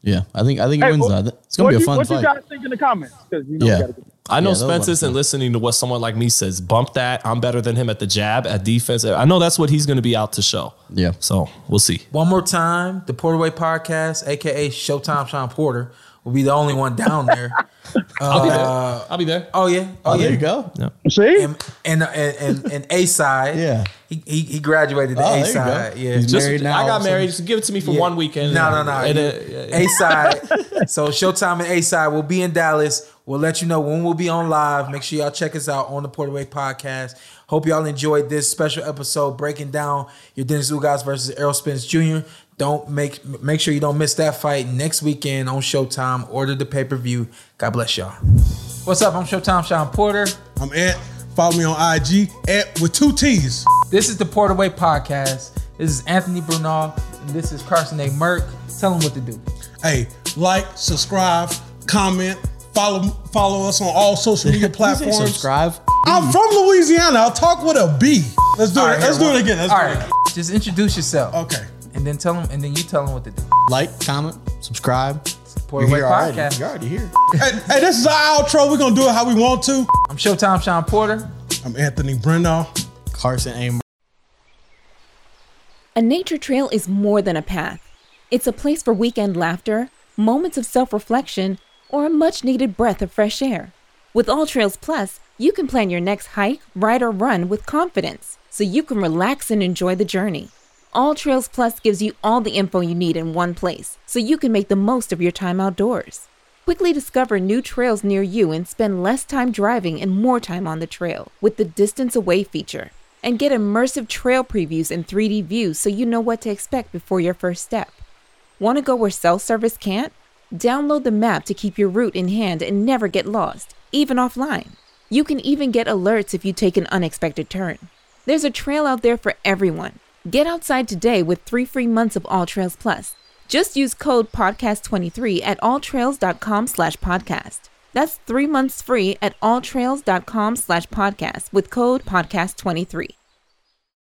Speaker 3: Yeah, I think I think he
Speaker 6: Hey,
Speaker 3: wins
Speaker 6: what-
Speaker 3: that. It's gonna
Speaker 6: what
Speaker 3: be a
Speaker 6: you,
Speaker 3: fun
Speaker 6: What
Speaker 3: fight.
Speaker 6: you guys think in the comments? 'Cause you know we
Speaker 3: Yeah.
Speaker 6: gotta get-
Speaker 5: I know
Speaker 3: Yeah, that was
Speaker 5: Spence
Speaker 3: my
Speaker 5: isn't
Speaker 3: point.
Speaker 5: listening to what someone like me says. Bump that. I'm better than him at the jab, at defense. I know that's what he's going to be out to show.
Speaker 3: Yeah.
Speaker 5: So we'll see.
Speaker 4: One more time, the Porterway Podcast, aka Showtime Sean Porter, will be the only one down
Speaker 3: [laughs]
Speaker 4: there.
Speaker 5: I'll
Speaker 3: Uh,
Speaker 5: be there. I'll be there.
Speaker 4: Oh yeah, oh,
Speaker 3: Oh,
Speaker 4: yeah.
Speaker 3: there you go.
Speaker 6: See?
Speaker 4: And and and and, and A side.
Speaker 3: Yeah.
Speaker 4: he, he he graduated to
Speaker 3: Oh, there you
Speaker 4: A
Speaker 3: go.
Speaker 4: side. Yeah,
Speaker 3: He's
Speaker 5: Just,
Speaker 3: married now,
Speaker 5: I got
Speaker 3: so-
Speaker 5: married. Just give it to me for
Speaker 4: Yeah.
Speaker 5: one weekend.
Speaker 4: No, no, no.
Speaker 5: And, uh,
Speaker 4: A side.
Speaker 5: [laughs]
Speaker 4: so Showtime and A side will be in Dallas. We'll let you know when we'll be on live. Make sure y'all check us out on the Portaway Podcast. Hope y'all enjoyed this special episode breaking down your Dennis Lugas versus Errol Spence Jr. Don't make make sure you don't miss that fight next weekend on Showtime. Order the pay per view. God bless y'all. What's up? I'm Showtime Sean Porter.
Speaker 7: I'm at. Follow me on IG at with two T's.
Speaker 4: This is the Portaway Podcast. This is Anthony Brunel and this is Carson A. Merck. Tell them what to do.
Speaker 7: Hey, like, subscribe, comment, follow follow us on all
Speaker 4: [laughs]
Speaker 7: social media platforms.
Speaker 3: Subscribe.
Speaker 7: I'm from Louisiana. I'll talk with a B. Let's do
Speaker 4: All
Speaker 7: it.
Speaker 4: right,
Speaker 7: Let's
Speaker 4: here,
Speaker 7: do it
Speaker 4: one-
Speaker 7: again. Let's
Speaker 4: all
Speaker 7: do
Speaker 4: right,
Speaker 7: it.
Speaker 4: just introduce yourself.
Speaker 7: Okay.
Speaker 4: And then tell them, and then you tell them what to do.
Speaker 3: Like, comment, subscribe.
Speaker 4: Pour Away
Speaker 3: You're here already.
Speaker 4: podcast.
Speaker 3: You're already here.
Speaker 7: hey, hey, this is our outro. We're gonna do it how we want to.
Speaker 4: I'm Showtime Sean Porter.
Speaker 7: I'm Anthony Brendel.
Speaker 3: Carson A.
Speaker 1: A nature trail is more than a path. It's a place for weekend laughter, moments of self reflection, or a much needed breath of fresh air. With All Trails Plus, you can plan your next hike, ride, or run with confidence so you can relax and enjoy the journey. All Trails Plus gives you all the info you need in one place so you can make the most of your time outdoors. Quickly discover new trails near you and spend less time driving and more time on the trail with the Distance Away feature. And get immersive trail previews and 3D views so you know what to expect before your first step. Want to go where cell service can't? Download the map to keep your route in hand and never get lost, even offline. You can even get alerts if you take an unexpected turn. There's a trail out there for everyone. Get outside today with three free months of All Trails Plus. Just use code podcast23 at alltrails.com slash podcast. That's three months free at alltrails.com slash podcast with code podcast23.